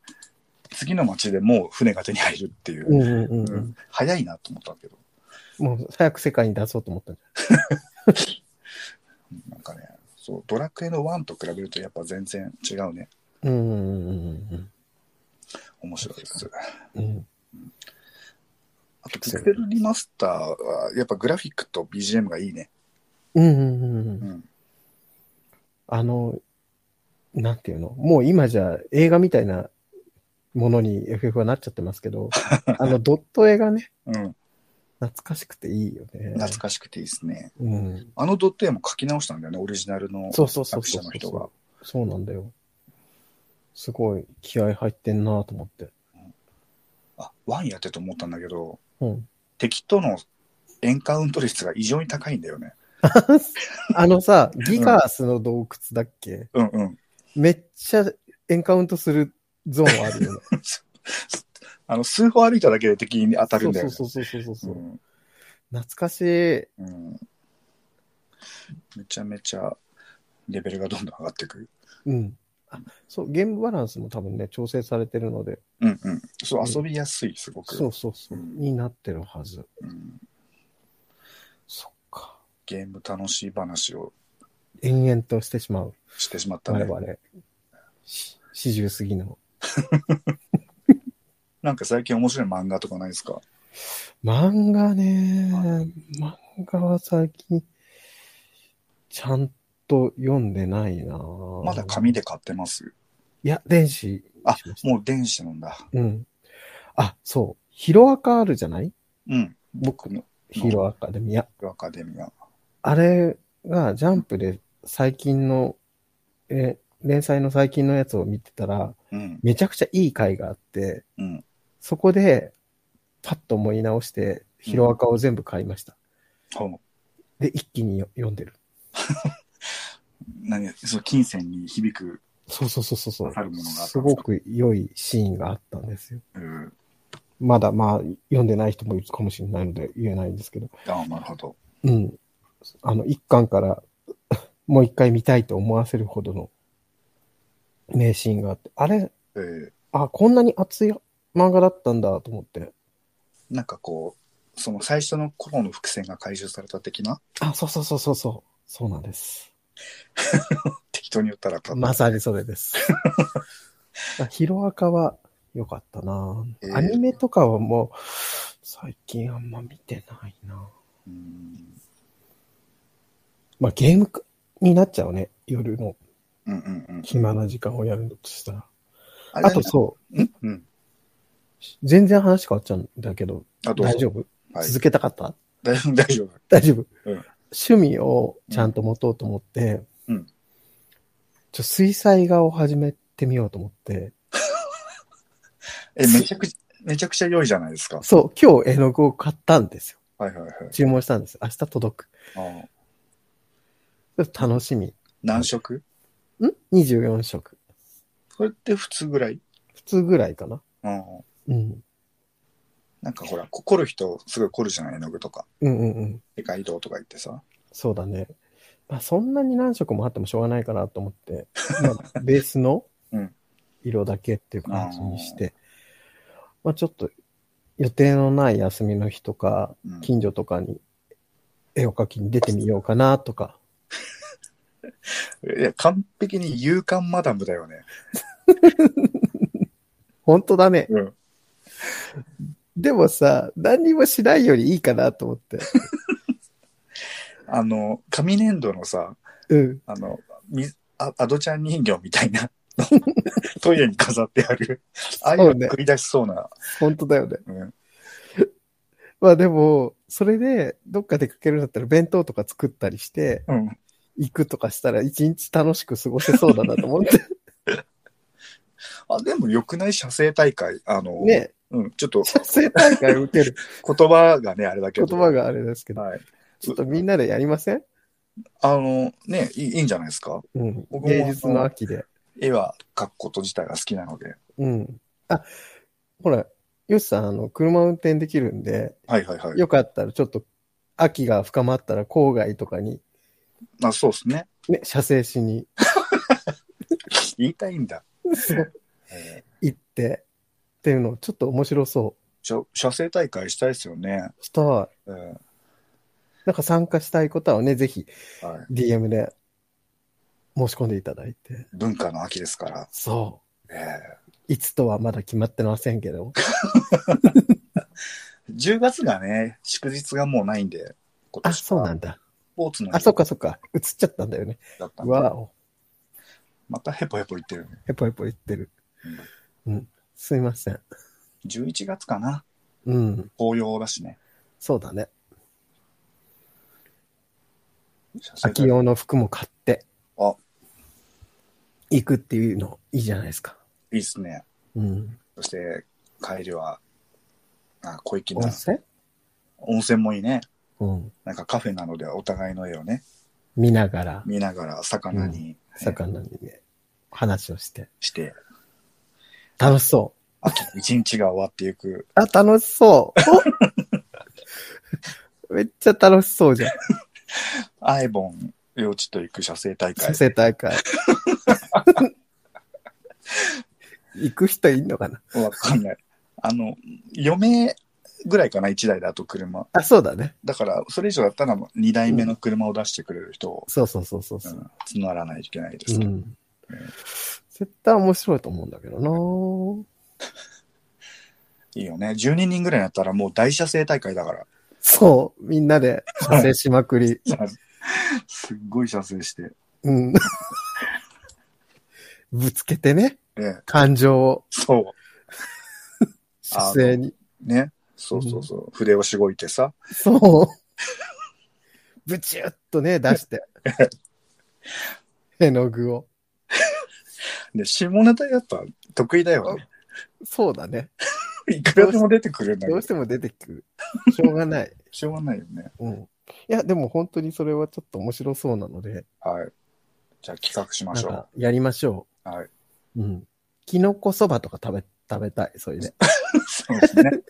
[SPEAKER 2] 次の町でもう船が手に入るっていうう、
[SPEAKER 3] んうんうん、う
[SPEAKER 2] うんん、早いなと思ったけど。
[SPEAKER 3] もう早く世界に出そうと思ったんじ
[SPEAKER 2] なんかね、そう、ドラクエの1と比べるとやっぱ全然違うね。
[SPEAKER 3] ゃないうんうんうん
[SPEAKER 2] 面白いです。
[SPEAKER 3] うんうん。
[SPEAKER 2] あと、ピクセルリマスターは、やっぱグラフィックと BGM がいいね。
[SPEAKER 3] うんうんうんう。
[SPEAKER 2] うんん。
[SPEAKER 3] あの、なんていうのもう今じゃ映画みたいなものに FF はなっちゃってますけど、あのドット絵がね、
[SPEAKER 2] うん。
[SPEAKER 3] 懐かしくていいよね。
[SPEAKER 2] 懐かしくていいですね。
[SPEAKER 3] うん。
[SPEAKER 2] あのドット絵も書き直したんだよね、オリジナルの
[SPEAKER 3] そうそうそう
[SPEAKER 2] 作者
[SPEAKER 3] そう
[SPEAKER 2] の
[SPEAKER 3] そ
[SPEAKER 2] 人が
[SPEAKER 3] う。。そうなんだよ。すごい気合入ってんなと思って。
[SPEAKER 2] あ、1やってて思ったんだけど、
[SPEAKER 3] うん。
[SPEAKER 2] 敵とのエンカウント率が異常に高いんだよね。
[SPEAKER 3] あのさ、ギガースの洞窟だっけ、
[SPEAKER 2] うんうん。
[SPEAKER 3] めっちゃエンカウントするゾーンあるよね。
[SPEAKER 2] あの、数歩歩いただけで敵に当たるんだよね。
[SPEAKER 3] そうそうそうそうそう。う
[SPEAKER 2] うん
[SPEAKER 3] 懐かしい。
[SPEAKER 2] うん。めちゃめちゃレベルがどんどん上がってくる。
[SPEAKER 3] うん。そう、ゲームバランスも多分ね、調整されてるので、
[SPEAKER 2] うんうん。そう、遊びやすい、すごく。
[SPEAKER 3] そうそうそう、
[SPEAKER 2] うん
[SPEAKER 3] になってるはず。
[SPEAKER 2] うん
[SPEAKER 3] そっか。
[SPEAKER 2] ゲーム楽しい話を
[SPEAKER 3] 延々としてしまう。
[SPEAKER 2] してしまった
[SPEAKER 3] 我
[SPEAKER 2] ね。
[SPEAKER 3] 々。し四十過ぎの。
[SPEAKER 2] なんか最近面白い漫画とかないですか
[SPEAKER 3] 漫画ね
[SPEAKER 2] は、
[SPEAKER 3] 漫画は最近、ちゃんと読んでないな
[SPEAKER 2] ま
[SPEAKER 3] ま
[SPEAKER 2] だ紙で買ってます。
[SPEAKER 3] いや、電子にしま
[SPEAKER 2] あ
[SPEAKER 3] した。、
[SPEAKER 2] もう電子なんだ。
[SPEAKER 3] うん。あ、そう。ヒロアカあるじゃない
[SPEAKER 2] うん。
[SPEAKER 3] 僕
[SPEAKER 2] の
[SPEAKER 3] ヒロアカでも。いや、
[SPEAKER 2] アカデミア。
[SPEAKER 3] あれがジャンプで最近の、え、連載の最近のやつを見てたら、
[SPEAKER 2] うん。
[SPEAKER 3] めちゃくちゃいい回があって、
[SPEAKER 2] うん。
[SPEAKER 3] そこで、パッと思い直して、ヒロアカを全部買いました。
[SPEAKER 2] そう。
[SPEAKER 3] で、一気によ読んでる。
[SPEAKER 2] 何そう、金銭に響く。
[SPEAKER 3] そうそうそうそうそう
[SPEAKER 2] わかるものがあったんです
[SPEAKER 3] す
[SPEAKER 2] か
[SPEAKER 3] ごく良いシーンがあったんですよ。
[SPEAKER 2] うん。
[SPEAKER 3] まだまあ、読んでない人もいるかもしれないので言えないんですけど。
[SPEAKER 2] あなるほど。
[SPEAKER 3] うん。あの、一巻から <laughs> もう一回見たいと思わせるほどの名シーンがあって、あれ、
[SPEAKER 2] えー、
[SPEAKER 3] あ、こんなに熱い漫画だったんだと思って。
[SPEAKER 2] なんかこう、その最初の頃の伏線が回収された的な
[SPEAKER 3] あ、そうそうそうそうそう。そうなんです。
[SPEAKER 2] 適当に言ったら買った
[SPEAKER 3] まさにそれ <laughs> です。ヒロアカは良かったな、
[SPEAKER 2] えー
[SPEAKER 3] アニメとかはもう、最近あんま見てないな
[SPEAKER 2] うん
[SPEAKER 3] まあゲームかになっちゃうね。夜の
[SPEAKER 2] うんうんうん。
[SPEAKER 3] 暇な時間をやるとしたら。
[SPEAKER 2] あ。
[SPEAKER 3] あとそう
[SPEAKER 2] んうん。
[SPEAKER 3] う、全然話変わっちゃうんだけど、
[SPEAKER 2] あと、
[SPEAKER 3] 大丈夫
[SPEAKER 2] はい
[SPEAKER 3] 続けたかった
[SPEAKER 2] 大丈夫。大丈夫。
[SPEAKER 3] 大丈夫、
[SPEAKER 2] うん
[SPEAKER 3] 趣味をちゃんと持とうと思って、
[SPEAKER 2] うん
[SPEAKER 3] ちょ水彩画を始めてみようと思って、
[SPEAKER 2] え、めちゃくちゃ、めちゃくちゃ良いじゃないですか。
[SPEAKER 3] そう、今日絵の具を買ったんですよ。
[SPEAKER 2] はいはいはい。
[SPEAKER 3] 注文したんです。明日届く。
[SPEAKER 2] ああ
[SPEAKER 3] 楽しみ。
[SPEAKER 2] 何色
[SPEAKER 3] ん ?24 色。
[SPEAKER 2] それって普通ぐらい
[SPEAKER 3] 普通ぐらいかな。
[SPEAKER 2] うん。
[SPEAKER 3] うん。
[SPEAKER 2] なんかほら、こ凝る人、すごい凝るじゃない絵の具とか。
[SPEAKER 3] うんうんうん。
[SPEAKER 2] 世界移動とか言ってさ。
[SPEAKER 3] そうだね。まあ、そんなに何色もあってもしょうがないかなと思って、ま
[SPEAKER 2] <laughs>
[SPEAKER 3] あ、ベースの
[SPEAKER 2] うん
[SPEAKER 3] 色だけっていう感じにして、まあちょっと予定のない休みの日とか、
[SPEAKER 2] うん
[SPEAKER 3] 近所とかに絵を描きに出てみようかなとか、
[SPEAKER 2] いや、完璧に勇敢マダムだよね。
[SPEAKER 3] 本当だね。
[SPEAKER 2] うん。
[SPEAKER 3] でもさ、何にもしないよりいいかなと
[SPEAKER 2] <laughs>
[SPEAKER 3] 思って。
[SPEAKER 2] あの、紙粘土のさ、
[SPEAKER 3] うん。
[SPEAKER 2] あの、みあアドちゃん人形みたいな、
[SPEAKER 3] <laughs>
[SPEAKER 2] トイレに飾ってある。ああいう
[SPEAKER 3] そう
[SPEAKER 2] の
[SPEAKER 3] ね
[SPEAKER 2] 繰り出しそうな。
[SPEAKER 3] 本当だよね。
[SPEAKER 2] うん。
[SPEAKER 3] まあでも、それでどっか出かけるんだったら弁当とか作ったりして、
[SPEAKER 2] うん。
[SPEAKER 3] 行くとかしたら一日楽しく過ごせそうだなと
[SPEAKER 2] <laughs>
[SPEAKER 3] 思って。
[SPEAKER 2] あ、でも良くない写生大会。あの、
[SPEAKER 3] ね。
[SPEAKER 2] うん、ちょっと
[SPEAKER 3] 写生大会受ける
[SPEAKER 2] 言葉がね、あれだけ
[SPEAKER 3] 言
[SPEAKER 2] ど。
[SPEAKER 3] 葉があれですけど、
[SPEAKER 2] はい。
[SPEAKER 3] ちょっとみんなでやりません
[SPEAKER 2] あの、ね、いいいいんじゃないですか。
[SPEAKER 3] うん
[SPEAKER 2] 僕。も
[SPEAKER 3] 芸術の秋で。
[SPEAKER 2] 絵は描くこと自体が好きなので。
[SPEAKER 3] うん。あ、ほら、よしさん、あの、車運転できるんで、
[SPEAKER 2] はいはいはい。
[SPEAKER 3] よかったらちょっと、秋が深まったら郊外とかに、
[SPEAKER 2] あ、そうですね。
[SPEAKER 3] ね、写生しに
[SPEAKER 2] 言いたいんだ。
[SPEAKER 3] そう
[SPEAKER 2] えー
[SPEAKER 3] 行って、っていうの、ちょっと面白そ
[SPEAKER 2] しょ写生大会したいですよね。
[SPEAKER 3] う。したら、
[SPEAKER 2] うん
[SPEAKER 3] なんか参加したいことはね、ぜひ
[SPEAKER 2] はい、
[SPEAKER 3] DM で申し込んでいただいて。
[SPEAKER 2] 文化の秋ですから。
[SPEAKER 3] そ
[SPEAKER 2] えー
[SPEAKER 3] う。いつとはまだ決まってませんけど。
[SPEAKER 2] 10月がね、祝日がもうないんで、今
[SPEAKER 3] あ、
[SPEAKER 2] 年
[SPEAKER 3] そうな
[SPEAKER 2] は
[SPEAKER 3] んだ。
[SPEAKER 2] スポーツの
[SPEAKER 3] あ、
[SPEAKER 2] 日
[SPEAKER 3] そっかそっか。映っちゃったんだよね。
[SPEAKER 2] だったんで、
[SPEAKER 3] わお。
[SPEAKER 2] またヘポヘポ言ってるね。
[SPEAKER 3] ヘポヘポ言ってる。うん。すいません。
[SPEAKER 2] 11月かな。
[SPEAKER 3] うん。
[SPEAKER 2] 紅葉だしね。
[SPEAKER 3] そうだね。
[SPEAKER 2] 写生大
[SPEAKER 3] 秋
[SPEAKER 2] 会
[SPEAKER 3] 用の服も買って。
[SPEAKER 2] あ
[SPEAKER 3] 行くっていうのいいじゃないですか。
[SPEAKER 2] いいっすね。
[SPEAKER 3] うん。
[SPEAKER 2] そして、帰りは、あ、小粋
[SPEAKER 3] 温
[SPEAKER 2] な。
[SPEAKER 3] 泉
[SPEAKER 2] 温泉もいいね。
[SPEAKER 3] うん。
[SPEAKER 2] なんかカフェなのでお互いの絵をね、
[SPEAKER 3] 見ながら、
[SPEAKER 2] 見ながら魚に
[SPEAKER 3] 魚にね、話をして。
[SPEAKER 2] して、
[SPEAKER 3] 楽しそう。
[SPEAKER 2] 秋の一日が終わっていく。
[SPEAKER 3] あ、楽しそう。 <laughs> めっちゃ楽しそうじゃん。
[SPEAKER 2] アイボン、幼稚と行く写生大会
[SPEAKER 3] 写。生大会。 <laughs> 行く人いんのかな
[SPEAKER 2] わかんない。あの、余命ぐらいかな、1台だと車。
[SPEAKER 3] あ、そうだね。
[SPEAKER 2] だから、それ以上だったら2台目の車を出してくれる人を、
[SPEAKER 3] そうそうそうそう
[SPEAKER 2] う
[SPEAKER 3] そう。
[SPEAKER 2] ん、募らないといけないで
[SPEAKER 3] う
[SPEAKER 2] すね。
[SPEAKER 3] ん。絶対面白いと思うんだけどない
[SPEAKER 2] いよね。12人ぐらいになったらもう大車生大会だから。
[SPEAKER 3] そう、みんなで撮影しまくり。
[SPEAKER 2] <laughs> すっごい射精して。
[SPEAKER 3] うん。 <laughs> ぶつけてね、
[SPEAKER 2] ええ、
[SPEAKER 3] 感情を、
[SPEAKER 2] そ
[SPEAKER 3] 姿勢に。
[SPEAKER 2] う。ね。そうそうそう。筆をしごいてさ。
[SPEAKER 3] そう。ぶちゅっとね、出 <laughs> して。絵の具を。
[SPEAKER 2] で、下ネタやっぱ得意だよね。
[SPEAKER 3] そうだね。
[SPEAKER 2] いくらでも出てくるんだけ
[SPEAKER 3] ど
[SPEAKER 2] ど
[SPEAKER 3] うし、ても出てくる。しょうがない。
[SPEAKER 2] しょうがないよね。
[SPEAKER 3] うん。いや、でも本当にそれはちょっと面白そうなので、
[SPEAKER 2] はい。じゃあ企画しま
[SPEAKER 3] なん
[SPEAKER 2] しょ
[SPEAKER 3] かやりましょ
[SPEAKER 2] う。はい。
[SPEAKER 3] う。うん。キノコそばとか食べ、食べたい、それで。
[SPEAKER 2] そうです
[SPEAKER 3] <laughs>
[SPEAKER 2] ね。
[SPEAKER 3] うん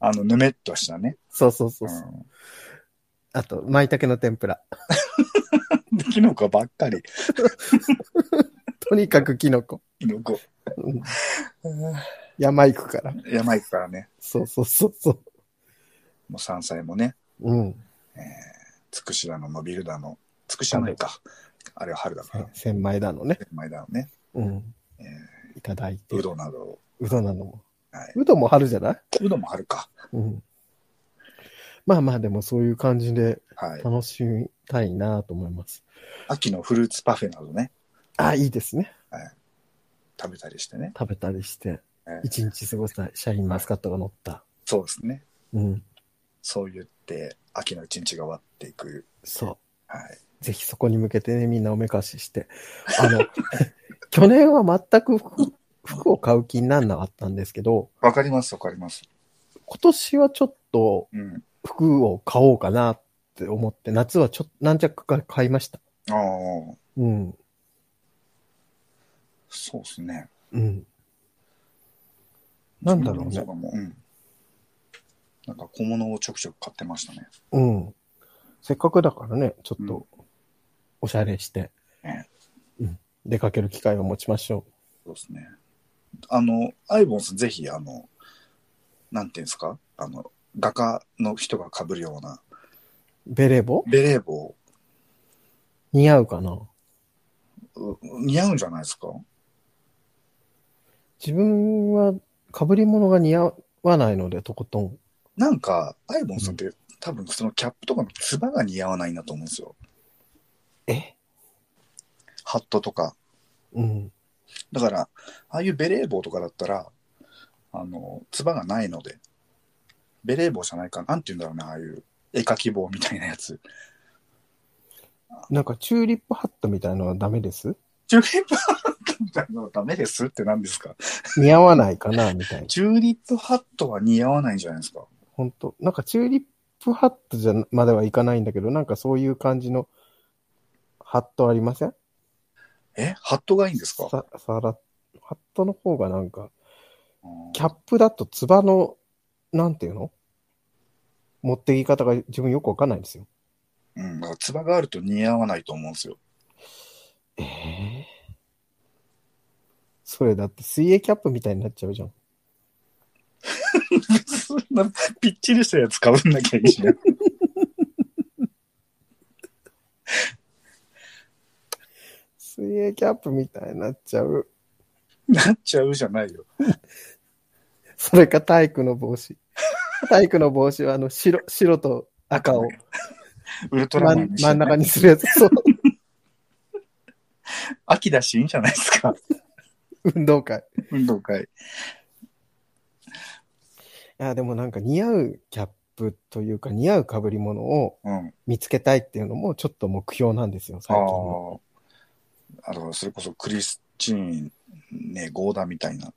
[SPEAKER 2] あの、ぬめっとしたね。
[SPEAKER 3] そうそうそううそう。
[SPEAKER 2] ん。
[SPEAKER 3] あと、舞茸の天ぷら。
[SPEAKER 2] キノコばっかり。
[SPEAKER 3] とにかくキノコ。
[SPEAKER 2] キノコ。
[SPEAKER 3] うん山行くから。
[SPEAKER 2] <laughs> 山行くからね。
[SPEAKER 3] そうそうそうそう。
[SPEAKER 2] もう山菜もね。
[SPEAKER 3] うん。
[SPEAKER 2] つくしだの、のびるだの。つくしじゃないか。あれは春だから。
[SPEAKER 3] 千枚だのね。
[SPEAKER 2] 前だのね。
[SPEAKER 3] うん
[SPEAKER 2] え。
[SPEAKER 3] いただいて。
[SPEAKER 2] う。どなどを。
[SPEAKER 3] うどなのも。
[SPEAKER 2] はいう
[SPEAKER 3] ども春じゃないう
[SPEAKER 2] どんもあるか。
[SPEAKER 3] うん。まあまあ、でもそういう感じで
[SPEAKER 2] はい。
[SPEAKER 3] 楽しみたいなと思います。
[SPEAKER 2] 秋のフルーツパフェなどね、
[SPEAKER 3] あ、いいですね。
[SPEAKER 2] 食べたりしてね。
[SPEAKER 3] 食べたりして
[SPEAKER 2] ええ、
[SPEAKER 3] 一日過ごしたい。シャインマスカットが乗った。
[SPEAKER 2] そうですね。
[SPEAKER 3] うん。
[SPEAKER 2] そう言って、秋の一日が終わっていく。
[SPEAKER 3] そ
[SPEAKER 2] はい。
[SPEAKER 3] う。ぜひそこに向けてね、みんなおめかしして。あの、 <laughs> 去年は全く服服を買う気にならなかったんですけど、
[SPEAKER 2] わかります、わかります。
[SPEAKER 3] 今年はちょっと
[SPEAKER 2] うん。
[SPEAKER 3] 服を買おうかなって思って、夏はちょっと何着か買いました。
[SPEAKER 2] ああ、
[SPEAKER 3] うん。
[SPEAKER 2] そうですね。
[SPEAKER 3] うん。なんだろうね
[SPEAKER 2] そかもうん。なんか小物をちょくちょく買ってましたね。
[SPEAKER 3] うん。せっかくだからね、ちょっと、おしゃれして、
[SPEAKER 2] ね
[SPEAKER 3] うん出かける機会を持ちましょ
[SPEAKER 2] そうですね。あの、アイボンさん、ぜひ、あの、なんていうんですか、あの、画家の人が被るような
[SPEAKER 3] う。ベレー帽
[SPEAKER 2] ベレー帽、
[SPEAKER 3] 似合うかな
[SPEAKER 2] う似合うんじゃないですか
[SPEAKER 3] 自分は被り物が似合わないので、とことん。
[SPEAKER 2] なんか、アイボンさんって、多分そのキャップとかのつばが似合わないんだと思うんですよ。
[SPEAKER 3] え
[SPEAKER 2] ハットとか。
[SPEAKER 3] うん。
[SPEAKER 2] だから、ああいうベレー帽とかだったら、あの、つばがないので、ベレー帽じゃないかな。なんて言うんだろうね、ああいう絵描き棒みたいなやつ。
[SPEAKER 3] なんかチューリップハットみたいなのはダメです
[SPEAKER 2] チューリップハットみたいなのダメですって何ですか
[SPEAKER 3] 似合わないかなみたいな。
[SPEAKER 2] チューリップハットは似合わないんじゃないですか
[SPEAKER 3] 本当なんかチューリップハットじゃまではいかないんだけど、なんかそういう感じのハットありません
[SPEAKER 2] えハットがいいんですか
[SPEAKER 3] ささら、ハットの方がなんか、
[SPEAKER 2] うん
[SPEAKER 3] キャップだとつばの、なんていうの持っていき方が自分よくわかんないんですよ。
[SPEAKER 2] うん、だからつばがあると似合わないと思うんですよ。 <laughs>
[SPEAKER 3] ええそれだって水泳キャップみたいになっちゃうじゃん。
[SPEAKER 2] そんなぴっちりしたやつかぶんなきゃいいじゃん。
[SPEAKER 3] 水泳キャップみたいになっちゃう。
[SPEAKER 2] なっちゃうじゃないよ。
[SPEAKER 3] それか体育の
[SPEAKER 2] <laughs>
[SPEAKER 3] 帽子。体育の帽子はあの白、白と赤を
[SPEAKER 2] <laughs> ウルトラマン
[SPEAKER 3] 真ん
[SPEAKER 2] にしてね
[SPEAKER 3] 真ん中にするやつ。そう。
[SPEAKER 2] 秋だしいいんじゃないですか。
[SPEAKER 3] 運動会。
[SPEAKER 2] 運動会。
[SPEAKER 3] いや、でもなんか似合うキャップというか似合う被り物を
[SPEAKER 2] うん。
[SPEAKER 3] 見つけたいっていうのもちょっと目標なんですよ、
[SPEAKER 2] あ
[SPEAKER 3] 最近の。
[SPEAKER 2] ーあの、それこそクリスチン、ね、ゴーダみたいな。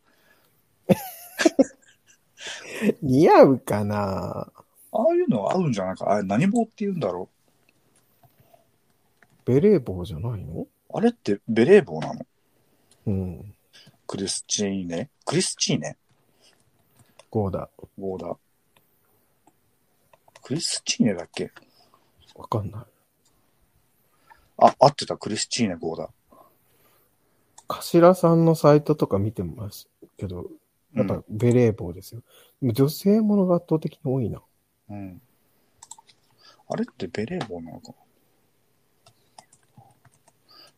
[SPEAKER 3] 似合うかな
[SPEAKER 2] ああいうのは合うんじゃないか。あれ何棒って言うんだろ
[SPEAKER 3] ベレー帽じゃないの
[SPEAKER 2] う。あれってベレー帽なの
[SPEAKER 3] うん。
[SPEAKER 2] クリスチーネ。クリスチーネ
[SPEAKER 3] こうだ。
[SPEAKER 2] ゴーダ。クリスチーネだっけ
[SPEAKER 3] わかんない。
[SPEAKER 2] あ、合ってた。クリスチーネゴーダ。
[SPEAKER 3] 頭さんのサイトとか見てますけど、やっ
[SPEAKER 2] う
[SPEAKER 3] ぱ
[SPEAKER 2] ん
[SPEAKER 3] ベレー帽ですよ。でも女性ものが圧倒的に多いな。
[SPEAKER 2] うん。あれってベレー帽なのかな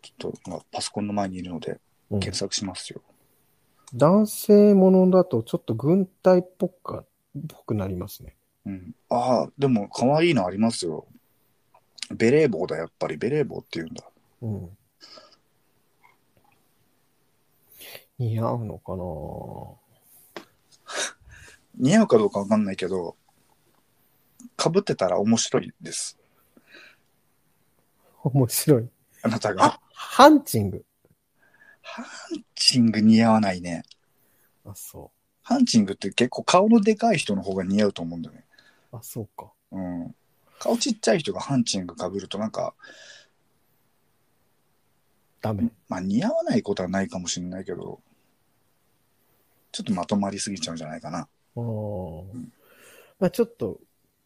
[SPEAKER 2] ちょっと、まあ、パソコンの前にいるので、
[SPEAKER 3] うん
[SPEAKER 2] 検索しますよ。
[SPEAKER 3] 男性ものだとちょっと軍隊っぽくか、ぽくなりますね。
[SPEAKER 2] うん。ああ、でも、可愛いのありますよ。ベレー帽だ、やっぱり。ベレー帽って言うんだ。
[SPEAKER 3] うん。似合うのかな
[SPEAKER 2] 似合うかどうかわかんないけど、被ってたら面白いです。
[SPEAKER 3] 面白い。
[SPEAKER 2] あなたが
[SPEAKER 3] あ。、ハンチング。
[SPEAKER 2] ハンチング似合わないね。
[SPEAKER 3] あ、そ
[SPEAKER 2] ハンチングって結構顔のでかい人の方が似合うと思うんだよね。
[SPEAKER 3] う。あ、そうか。
[SPEAKER 2] うん。顔ちっちゃい人がハンチング被るとなんか、
[SPEAKER 3] ダメ。
[SPEAKER 2] まあ似合わないことはないかもしれないけど、ちょっとまとまりすぎちゃうんじゃないかな。
[SPEAKER 3] ああ。まあちょっと、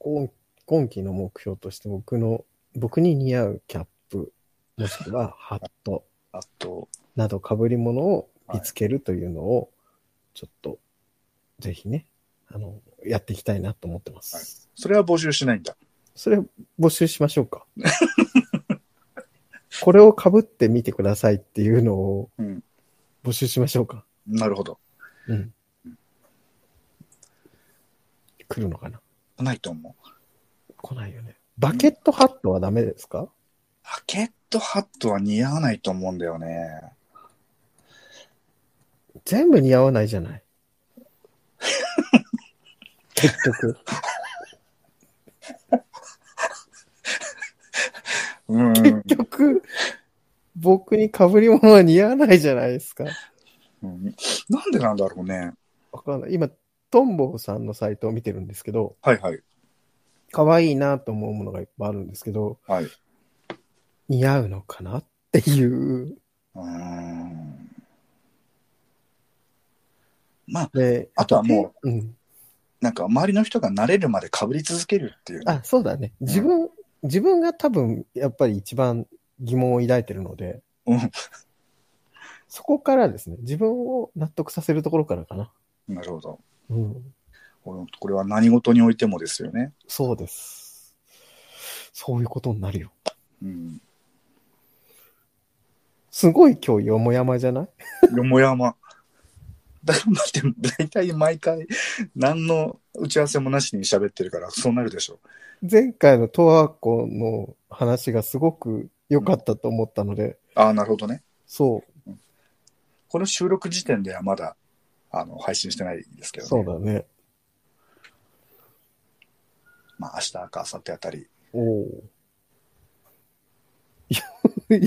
[SPEAKER 3] 今今期の目標として僕の、僕に似合うキャップ、もしくは <laughs> ハット
[SPEAKER 2] あと、
[SPEAKER 3] など被り物を見つけるというのを、ちょっと、ぜひね、あの、やっていきたいなと思ってます。
[SPEAKER 2] はそれは募集しないんだ。
[SPEAKER 3] それ募集しましょうか。 <laughs> これを被ってみてくださいっていうのを
[SPEAKER 2] うん
[SPEAKER 3] 募集しましょうか。
[SPEAKER 2] なるほど。
[SPEAKER 3] うん。来るのかな
[SPEAKER 2] ないと思う。
[SPEAKER 3] 来ないよね。バケットハットはダメですか、
[SPEAKER 2] バケットハットは似合わないと思うんだよね。
[SPEAKER 3] 全部似合わないじ
[SPEAKER 2] <laughs>
[SPEAKER 3] ゃない。結局。
[SPEAKER 2] うん。
[SPEAKER 3] 結局、僕に被り物は似合わないじゃないですか。
[SPEAKER 2] うんなんでなんだろうね。
[SPEAKER 3] わかんない。今、トンボさんのサイトを見てるんですけど、
[SPEAKER 2] はいはい。
[SPEAKER 3] 可愛いなと思うものがいっぱいあるんですけど、
[SPEAKER 2] はい。
[SPEAKER 3] 似合うのかなっていう。
[SPEAKER 2] うーん。まあ、
[SPEAKER 3] で、
[SPEAKER 2] あとはも
[SPEAKER 3] う、うん。
[SPEAKER 2] なんか周りの人が慣れるまで被り続けるっていう。
[SPEAKER 3] あ、そうだね。自分、自分が多分、やっぱり一番疑問を抱いてるので、
[SPEAKER 2] うん
[SPEAKER 3] そこからですね、自分を納得させるところからかな。
[SPEAKER 2] なるほど。
[SPEAKER 3] うん。
[SPEAKER 2] これこれは何事においてもですよね。
[SPEAKER 3] そうです。そういうことになるよ。
[SPEAKER 2] うん。
[SPEAKER 3] すごい今日、よもやまじゃない
[SPEAKER 2] よもやま。だだって、大体毎回、何の打ち合わせもなしに喋ってるから、そうなるでしょ
[SPEAKER 3] 前回のトワコの話がすごく良かったと思ったので、
[SPEAKER 2] う。ああ、なるほどね。
[SPEAKER 3] そ
[SPEAKER 2] この収録時点ではまだ、あの、配信してないですけ
[SPEAKER 3] う、
[SPEAKER 2] どね。
[SPEAKER 3] そうだね。
[SPEAKER 2] まあ、明日か明後日あたり。
[SPEAKER 3] おお。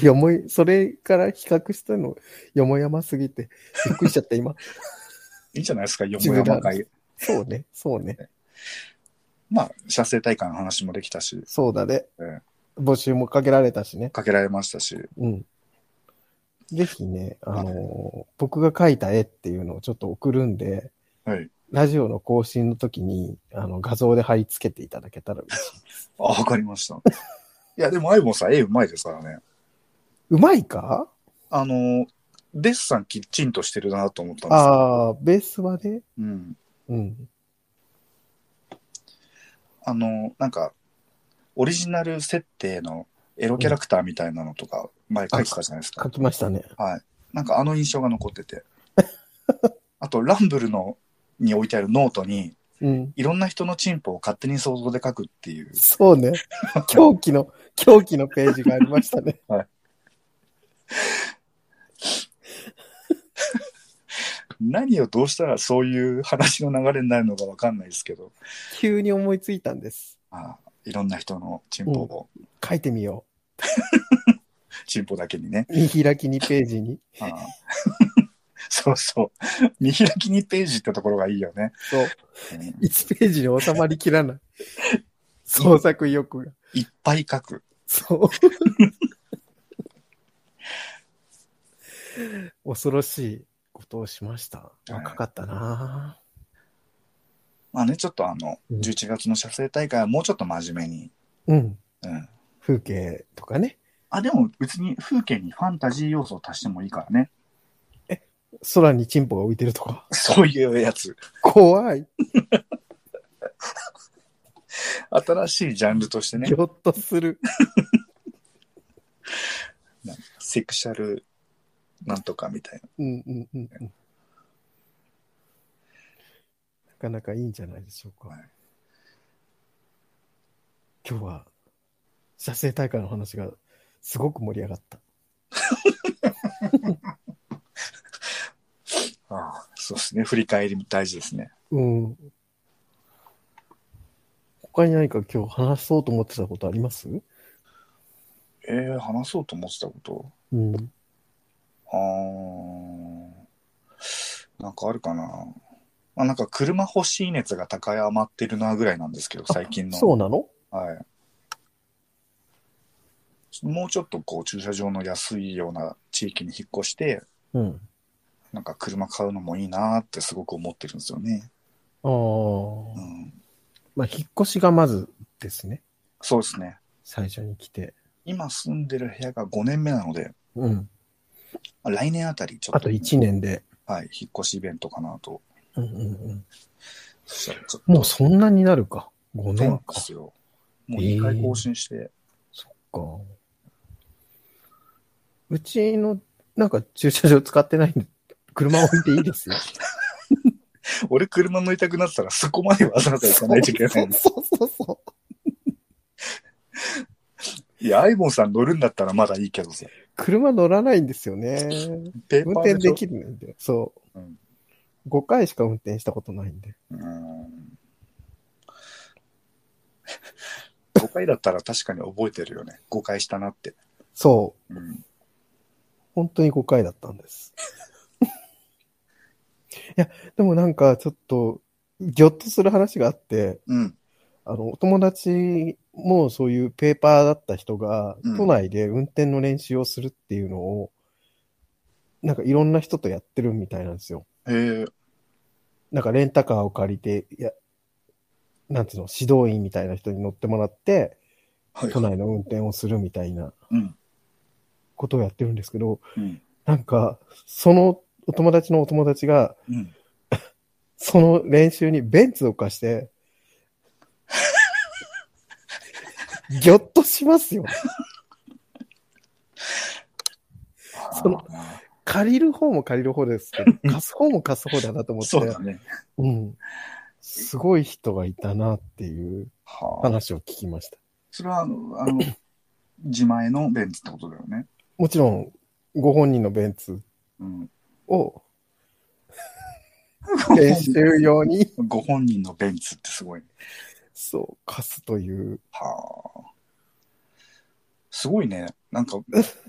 [SPEAKER 3] よ <laughs> もい、それから比較したの、よもやますぎて、びっくりしちゃった、今。 <laughs>
[SPEAKER 2] いいんじゃないですか、よもやま会。
[SPEAKER 3] そうね、そうね、
[SPEAKER 2] まあ、写生大会の話もできたし、
[SPEAKER 3] そうだね
[SPEAKER 2] え。
[SPEAKER 3] 募集もかけられたしね。
[SPEAKER 2] かけられましたし、
[SPEAKER 3] うん。ぜひね、あのー僕が描いた絵っていうのをちょっと送るんで、
[SPEAKER 2] はい。
[SPEAKER 3] ラジオの更新の時に、あの、画像で貼り付けていただけたら嬉しい。
[SPEAKER 2] あ、わかりました。いや、でも、アイボンさん、絵うまいですからね。
[SPEAKER 3] うまいか
[SPEAKER 2] あの、デッサンきっちんとしてるなと思ったんですけど、
[SPEAKER 3] ああ、ベースはね、
[SPEAKER 2] うん。
[SPEAKER 3] うん。
[SPEAKER 2] あの、なんか、オリジナル設定のエロキャラクターみたいなのとか、前書いてたじゃないです
[SPEAKER 3] 描
[SPEAKER 2] か。
[SPEAKER 3] きましたね。
[SPEAKER 2] はい。なんか、あの印象が残って
[SPEAKER 3] <laughs>
[SPEAKER 2] て。あと、ランブルの、に置いてあるノートに、
[SPEAKER 3] うん。
[SPEAKER 2] いろんな人のチンポを勝手に想像で書くっていう。
[SPEAKER 3] そうね。狂気の、狂気のページがありましたね。
[SPEAKER 2] 何をどうしたらそういう話の流れになるのかわかんないですけど、
[SPEAKER 3] 急に思いついたんです。
[SPEAKER 2] あいろんな人のチンポを、
[SPEAKER 3] 書いてみよ
[SPEAKER 2] チンポだけにね。
[SPEAKER 3] う。見開き2ページに。
[SPEAKER 2] あ <laughs> ーそうそう。見開き2ページってところがいいよね。
[SPEAKER 3] そう。
[SPEAKER 2] うん
[SPEAKER 3] 1ページに収まりきらない。創作意欲が。
[SPEAKER 2] いっぱい書く。
[SPEAKER 3] そう。 <laughs> 恐ろしいことをしました。若かったな
[SPEAKER 2] まあね、ちょっとあの、
[SPEAKER 3] うん
[SPEAKER 2] 11月の写生大会はもうちょっと真面目に。
[SPEAKER 3] うん。
[SPEAKER 2] うん。
[SPEAKER 3] 風景とかね。
[SPEAKER 2] あ、でも別に風景にファンタジー要素を足してもいいからね。
[SPEAKER 3] 空にチンポが浮いてるとか。
[SPEAKER 2] <laughs> そういうやつ。
[SPEAKER 3] 怖い。
[SPEAKER 2] 新しいジャンルとしてね
[SPEAKER 3] ぎ、ょっとする。
[SPEAKER 2] セクシャルなんとかみたいな。
[SPEAKER 3] うんうんうんうん。なかなかいいんじゃないでしょうか。
[SPEAKER 2] はい
[SPEAKER 3] 今日は、写生大会の話がすごく盛り上がった。
[SPEAKER 2] ああ、そうですね。振り返りも大事ですね。
[SPEAKER 3] うん。他に何か今日話そうと思ってたことあります
[SPEAKER 2] えー、話そうと思ってたこと。
[SPEAKER 3] うん。
[SPEAKER 2] あーなんかあるかな。あなんか車欲しい熱が高い余ってるなぐらいなんですけど、最近の。
[SPEAKER 3] そうなの
[SPEAKER 2] はい。もうちょっとこう駐車場の安いような地域に引っ越して、
[SPEAKER 3] うん。
[SPEAKER 2] なんか車買うのもいいなってすごく思ってるんですよね。
[SPEAKER 3] あ
[SPEAKER 2] う
[SPEAKER 3] あ。
[SPEAKER 2] ん。
[SPEAKER 3] まあ、引っ越しがまずですね。
[SPEAKER 2] そうですね。
[SPEAKER 3] 最初に来て。
[SPEAKER 2] 今住んでる部屋が5年目なので、
[SPEAKER 3] うん。
[SPEAKER 2] 来年あたりちょ
[SPEAKER 3] あ
[SPEAKER 2] っと、
[SPEAKER 3] と1年で。
[SPEAKER 2] はい、引っ越しイベントかなと。
[SPEAKER 3] うんうんうん。
[SPEAKER 2] そしたらちょっと
[SPEAKER 3] もうそんなになるか。5
[SPEAKER 2] そうな
[SPEAKER 3] 年
[SPEAKER 2] ん
[SPEAKER 3] か
[SPEAKER 2] で。すよ。もう2回更新して、
[SPEAKER 3] そっか。うちの、なんか駐車場使ってないんで、車置いていいですよ。
[SPEAKER 2] 俺車乗りたくなってたらそこまでわざわざ行かないといけないの。
[SPEAKER 3] <laughs> そうそうそ
[SPEAKER 2] いや、アイボンさん乗るんだったらまだいいけどさ。
[SPEAKER 3] う。車乗らないんですよね。
[SPEAKER 2] ペ
[SPEAKER 3] 運
[SPEAKER 2] ーパー
[SPEAKER 3] 転で
[SPEAKER 2] しょ
[SPEAKER 3] きるんで。そう。
[SPEAKER 2] うん
[SPEAKER 3] 5回しか運転したことないんで。
[SPEAKER 2] うーん。5回だったら確かに覚えてるよね。5回したなって。
[SPEAKER 3] そう。
[SPEAKER 2] うん。
[SPEAKER 3] 本当に5回だったん <laughs> です。いや、でもなんかちょっと、ぎょっとする話があって、
[SPEAKER 2] うん。
[SPEAKER 3] あの、お友達もそういうペーパーだった人が
[SPEAKER 2] う、ん
[SPEAKER 3] 都内で運転の練習をするっていうのを、なんかいろんな人とやってるみたいなんですよ。
[SPEAKER 2] へえ。
[SPEAKER 3] なんかレンタカーを借りて、いや、なんていうの、指導員みたいな人に乗ってもらって、
[SPEAKER 2] はい
[SPEAKER 3] 都。内の運転をするみたいな
[SPEAKER 2] うん。
[SPEAKER 3] ことをやってるんですけど、
[SPEAKER 2] うん。
[SPEAKER 3] なんか、そのお友達のお友達が、
[SPEAKER 2] うん。
[SPEAKER 3] その練習にベンツを
[SPEAKER 2] <laughs>
[SPEAKER 3] 貸して、ぎょっとしますよ。その
[SPEAKER 2] あ
[SPEAKER 3] 借りる方も借りる方ですけど、貸す方も貸す方だなと思
[SPEAKER 2] ー
[SPEAKER 3] って、
[SPEAKER 2] そうだね。
[SPEAKER 3] うん。すごい人がいたなっていう
[SPEAKER 2] はあ。
[SPEAKER 3] 話を聞きました。
[SPEAKER 2] それは、あの、あ <laughs> の自前のベンツってことだよね。
[SPEAKER 3] もちろん、ご本人のベンツ
[SPEAKER 2] うん。 <laughs>
[SPEAKER 3] を練習用に、
[SPEAKER 2] ご本人のベンツってすごいね。
[SPEAKER 3] そう、貸すという。
[SPEAKER 2] はあ。すごいね。なんか、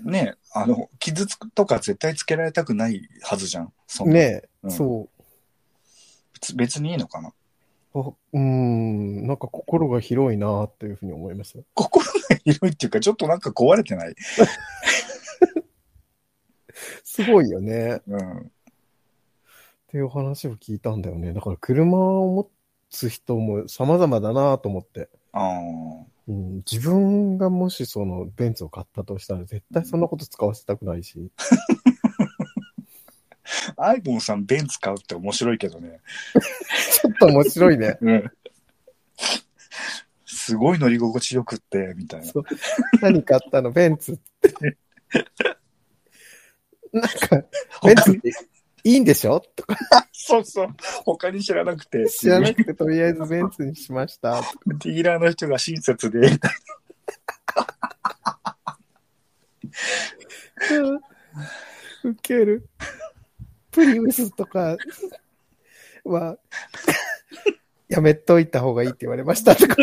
[SPEAKER 2] ね、あの、傷つくとか絶対つけられたくないはずじゃん。そんな
[SPEAKER 3] ねえ、
[SPEAKER 2] うん
[SPEAKER 3] そう
[SPEAKER 2] 別別にいいのかな。
[SPEAKER 3] あ。うん、なんか心が広いなっていうふうに思いました。
[SPEAKER 2] 心が広いっていうか、ちょっとなんか壊れてない。
[SPEAKER 3] すごいよね。
[SPEAKER 2] うん。
[SPEAKER 3] っていう話を聞いたんだよね。だから車を持つ人も様々だなと思って、
[SPEAKER 2] あ
[SPEAKER 3] うん。自分がもしそのベンツを買ったとしたら絶対そんなこと使わせたくな
[SPEAKER 2] <laughs>
[SPEAKER 3] いし。
[SPEAKER 2] あ。アイボンさん、ベンツ買うって面白いけどね。
[SPEAKER 3] ちょっと面白
[SPEAKER 2] <laughs>
[SPEAKER 3] いね。
[SPEAKER 2] うん。すごい乗り心地よくって、みたいな。
[SPEAKER 3] そう何買ったのベンツって。なんか、ベン
[SPEAKER 2] 他
[SPEAKER 3] ツっ
[SPEAKER 2] に、
[SPEAKER 3] ていいんでしょとか
[SPEAKER 2] そうそう。他に知らなくて。
[SPEAKER 3] 知らなくてとりあえずベンツにしました。
[SPEAKER 2] ディーラーの人が親切で、
[SPEAKER 3] ウケる。プリウスとかは、やめといた方がいいって言われましたとか。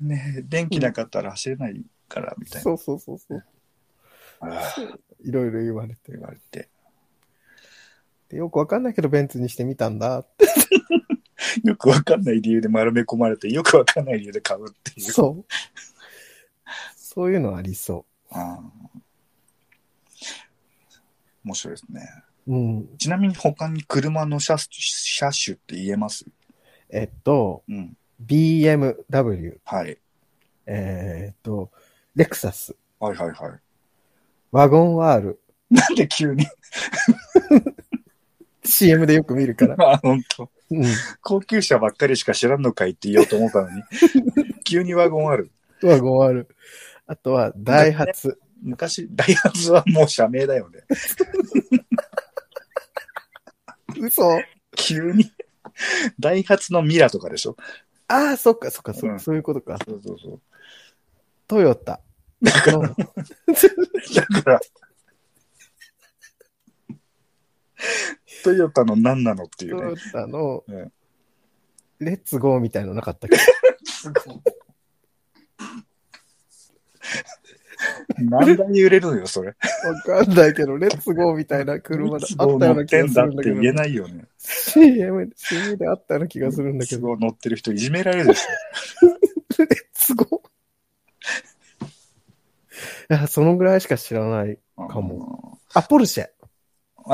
[SPEAKER 2] ね、電気なかったら走れないから、みたいな。
[SPEAKER 3] そうそうそうそう。
[SPEAKER 2] ああ
[SPEAKER 3] いろいろ言われて
[SPEAKER 2] 言われて。
[SPEAKER 3] でよくわかんないけどベンツにしてみたんだって。
[SPEAKER 2] よくわかんない理由で丸め込まれて、よくわかんない理由で買うっていう。
[SPEAKER 3] そう。そういうのありそ
[SPEAKER 2] あー面白いですね。
[SPEAKER 3] う。うん。
[SPEAKER 2] ちなみに他に車の車種車種って言えます
[SPEAKER 3] えっと、
[SPEAKER 2] うん。
[SPEAKER 3] BMW、
[SPEAKER 2] はい。
[SPEAKER 3] えーっと、レクサス、
[SPEAKER 2] はいはいはい。
[SPEAKER 3] ワゴンワール。
[SPEAKER 2] なん <laughs> で急に
[SPEAKER 3] CM でよく見る
[SPEAKER 2] <laughs>
[SPEAKER 3] から。
[SPEAKER 2] あ、本当。
[SPEAKER 3] うん。
[SPEAKER 2] 高級車ばっかりしか知らんのかいって言おうと思ったの
[SPEAKER 3] <laughs>
[SPEAKER 2] に。急にワゴンある。
[SPEAKER 3] ワゴンワール。あとは、ダイハツ。
[SPEAKER 2] 昔、ダイハツはもう社名だよね。
[SPEAKER 3] 嘘
[SPEAKER 2] 急に。ダイハツのミラとかでしょ。
[SPEAKER 3] ああ、そっかそっかそ、
[SPEAKER 2] う
[SPEAKER 3] うんそういうことか。
[SPEAKER 2] そうそうそう。
[SPEAKER 3] トヨタ。の
[SPEAKER 2] だから、トヨタの何なのってい
[SPEAKER 3] ト
[SPEAKER 2] うね
[SPEAKER 3] ヨ。タの
[SPEAKER 2] うん、
[SPEAKER 3] レッツゴーみたいのなかったっけ
[SPEAKER 2] 何台売れるのよ、それ。
[SPEAKER 3] わかんないけど、レッツゴーみたいな車だあったような気がす
[SPEAKER 2] 乗ってんだ
[SPEAKER 3] るんだ
[SPEAKER 2] っ
[SPEAKER 3] け
[SPEAKER 2] て
[SPEAKER 3] ど。
[SPEAKER 2] 言えないよね。
[SPEAKER 3] CM、CM であったような気がするんだけ
[SPEAKER 2] す
[SPEAKER 3] ど。
[SPEAKER 2] ごい乗ってる人いじめられるでし
[SPEAKER 3] レッ <laughs> ツゴーいや、そのぐらいしか知らない。
[SPEAKER 2] ょ。
[SPEAKER 3] <laughs> かもあ、ポルシェ。
[SPEAKER 2] う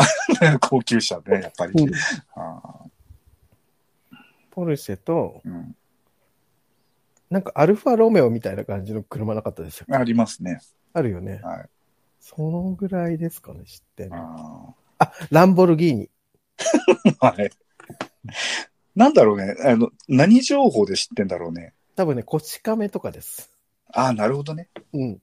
[SPEAKER 2] ん。 <laughs> 高級車ね、やっぱり。
[SPEAKER 3] うん
[SPEAKER 2] あ
[SPEAKER 3] ポルシェと、
[SPEAKER 2] ーうん
[SPEAKER 3] なんかアルファロメオみたいな感じの車なかったでしたっけ
[SPEAKER 2] ありますね。
[SPEAKER 3] あるよね。
[SPEAKER 2] はい。
[SPEAKER 3] そのぐらいですかね、知ってるの
[SPEAKER 2] あ
[SPEAKER 3] あ、ランボルギーニ。
[SPEAKER 2] ーあれ。なんだろうね。あの、何情報で知ってんだろうね。
[SPEAKER 3] 多分ね、こち亀とかです。
[SPEAKER 2] ああ、なるほどね。
[SPEAKER 3] うん。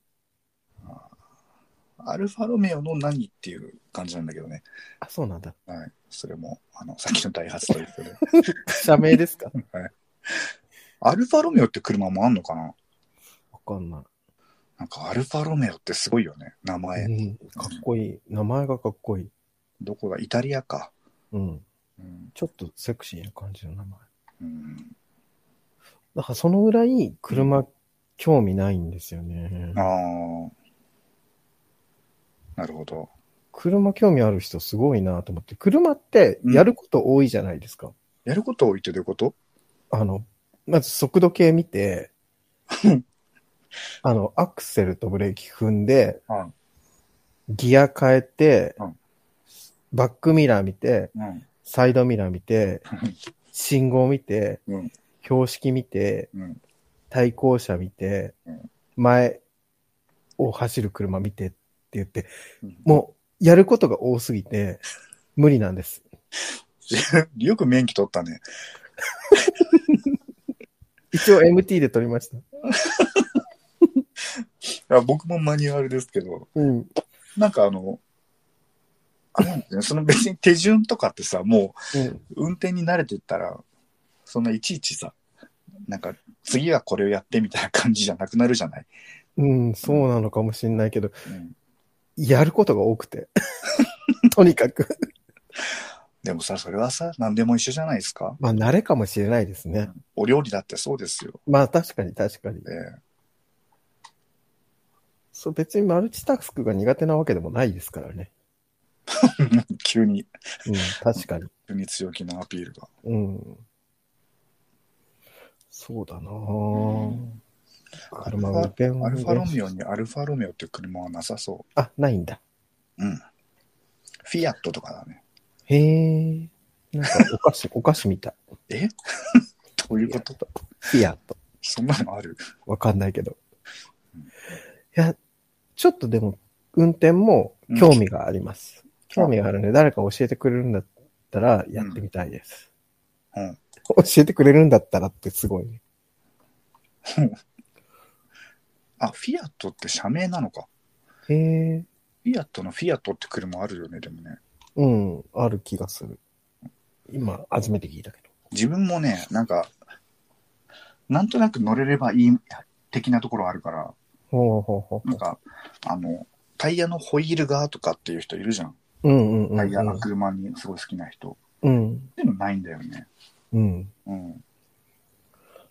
[SPEAKER 2] アルファロメオの何っていう感じなんだけどね。
[SPEAKER 3] あ、そうなんだ。
[SPEAKER 2] はい。それも、あの、さっきのダイハツと一緒で。
[SPEAKER 3] 社名ですか
[SPEAKER 2] <laughs> アルファロメオって車もあんのかな
[SPEAKER 3] わかんない。
[SPEAKER 2] なんかアルファロメオってすごいよね。名前。
[SPEAKER 3] うん、かっこいい。名前がかっこいい。
[SPEAKER 2] どこだイタリアか。
[SPEAKER 3] うん。
[SPEAKER 2] うん。
[SPEAKER 3] ちょっとセクシーな感じの名前。
[SPEAKER 2] うん、
[SPEAKER 3] だからそのぐらい車興味ないんですよね
[SPEAKER 2] あ。あ。なるほど。
[SPEAKER 3] 車興味ある人すごいなと思って。車ってやること多いじゃないですか。
[SPEAKER 2] やることを言ってどういうこと
[SPEAKER 3] あの、まず速度計
[SPEAKER 2] <laughs>
[SPEAKER 3] 見て
[SPEAKER 2] うん、
[SPEAKER 3] あの、アクセルとブレーキ踏んで、
[SPEAKER 2] うん
[SPEAKER 3] ギア変えて、
[SPEAKER 2] うん
[SPEAKER 3] バックミラー見て、
[SPEAKER 2] うん。
[SPEAKER 3] サイドミラー見て、信号見て、
[SPEAKER 2] うん
[SPEAKER 3] 標識見て、
[SPEAKER 2] うん。
[SPEAKER 3] 対向車見て、
[SPEAKER 2] うん
[SPEAKER 3] 前を走る車見てって言って、
[SPEAKER 2] うん
[SPEAKER 3] もうやることが多すぎて、無理なんです。
[SPEAKER 2] <laughs> よく免許取ったね。
[SPEAKER 3] 一応 MT で撮りました。
[SPEAKER 2] あ僕もマニュアルですけど、
[SPEAKER 3] うん。
[SPEAKER 2] なんかあの、あれなんですね、その別に手順とかってさ、も
[SPEAKER 3] うん。
[SPEAKER 2] う運転に慣れてったら、そんないちいちさ、なんか次はこれをやってみたいな感じじゃなくなるじゃない。
[SPEAKER 3] うん、そうなのかもしれないけど、
[SPEAKER 2] うん
[SPEAKER 3] やることが多
[SPEAKER 2] <laughs>
[SPEAKER 3] くて。とにかく。
[SPEAKER 2] でもさ、それはさ、何でも一緒じゃないですか。
[SPEAKER 3] まあ、慣れかもしれないですね。
[SPEAKER 2] お料理だってそうですよ。
[SPEAKER 3] まあ、確かに確かに。
[SPEAKER 2] ええ
[SPEAKER 3] そう、別にマルチタスクが苦手なわけでもないですからね。
[SPEAKER 2] <laughs> 急に、
[SPEAKER 3] うん、確かに。
[SPEAKER 2] 急に強気なアピールが。
[SPEAKER 3] うん。そうだなぁ。車運
[SPEAKER 2] ア
[SPEAKER 3] 転
[SPEAKER 2] アルファロメオ
[SPEAKER 3] オ
[SPEAKER 2] にアルファロメオっていう車はなさそ
[SPEAKER 3] あ、ないんだ。
[SPEAKER 2] う。うん。フィアットとかだね。
[SPEAKER 3] へえ。なんか、お菓子、お菓子みたい。
[SPEAKER 2] えどういうこと
[SPEAKER 3] フィアット。
[SPEAKER 2] そんなのある
[SPEAKER 3] わかんないけど
[SPEAKER 2] うん。
[SPEAKER 3] いや、ちょっとでも、運転も興味があります。興味があるんで、誰か教えてくれるんだったら、やってみたいです。
[SPEAKER 2] うん
[SPEAKER 3] 教えてくれるんだったらってすごいね。
[SPEAKER 2] あ、フィアットって社名なのか。
[SPEAKER 3] へえ。
[SPEAKER 2] フィアットのフィアットって車あるよね、でもね。
[SPEAKER 3] うん、ある気がする。今、初めて聞いたけど。
[SPEAKER 2] 自分もね、なんか、なんとなく乗れればいい的なところあるから、
[SPEAKER 3] ほうほうほう
[SPEAKER 2] なんか、あの、タイヤのホイールがとかっていう人いるじゃん。
[SPEAKER 3] ほう。うんうんうん
[SPEAKER 2] タイヤ
[SPEAKER 3] う
[SPEAKER 2] が
[SPEAKER 3] ん。
[SPEAKER 2] 車にすごい好きな人。
[SPEAKER 3] うん。
[SPEAKER 2] でもないんだよね。
[SPEAKER 3] うん。
[SPEAKER 2] うん。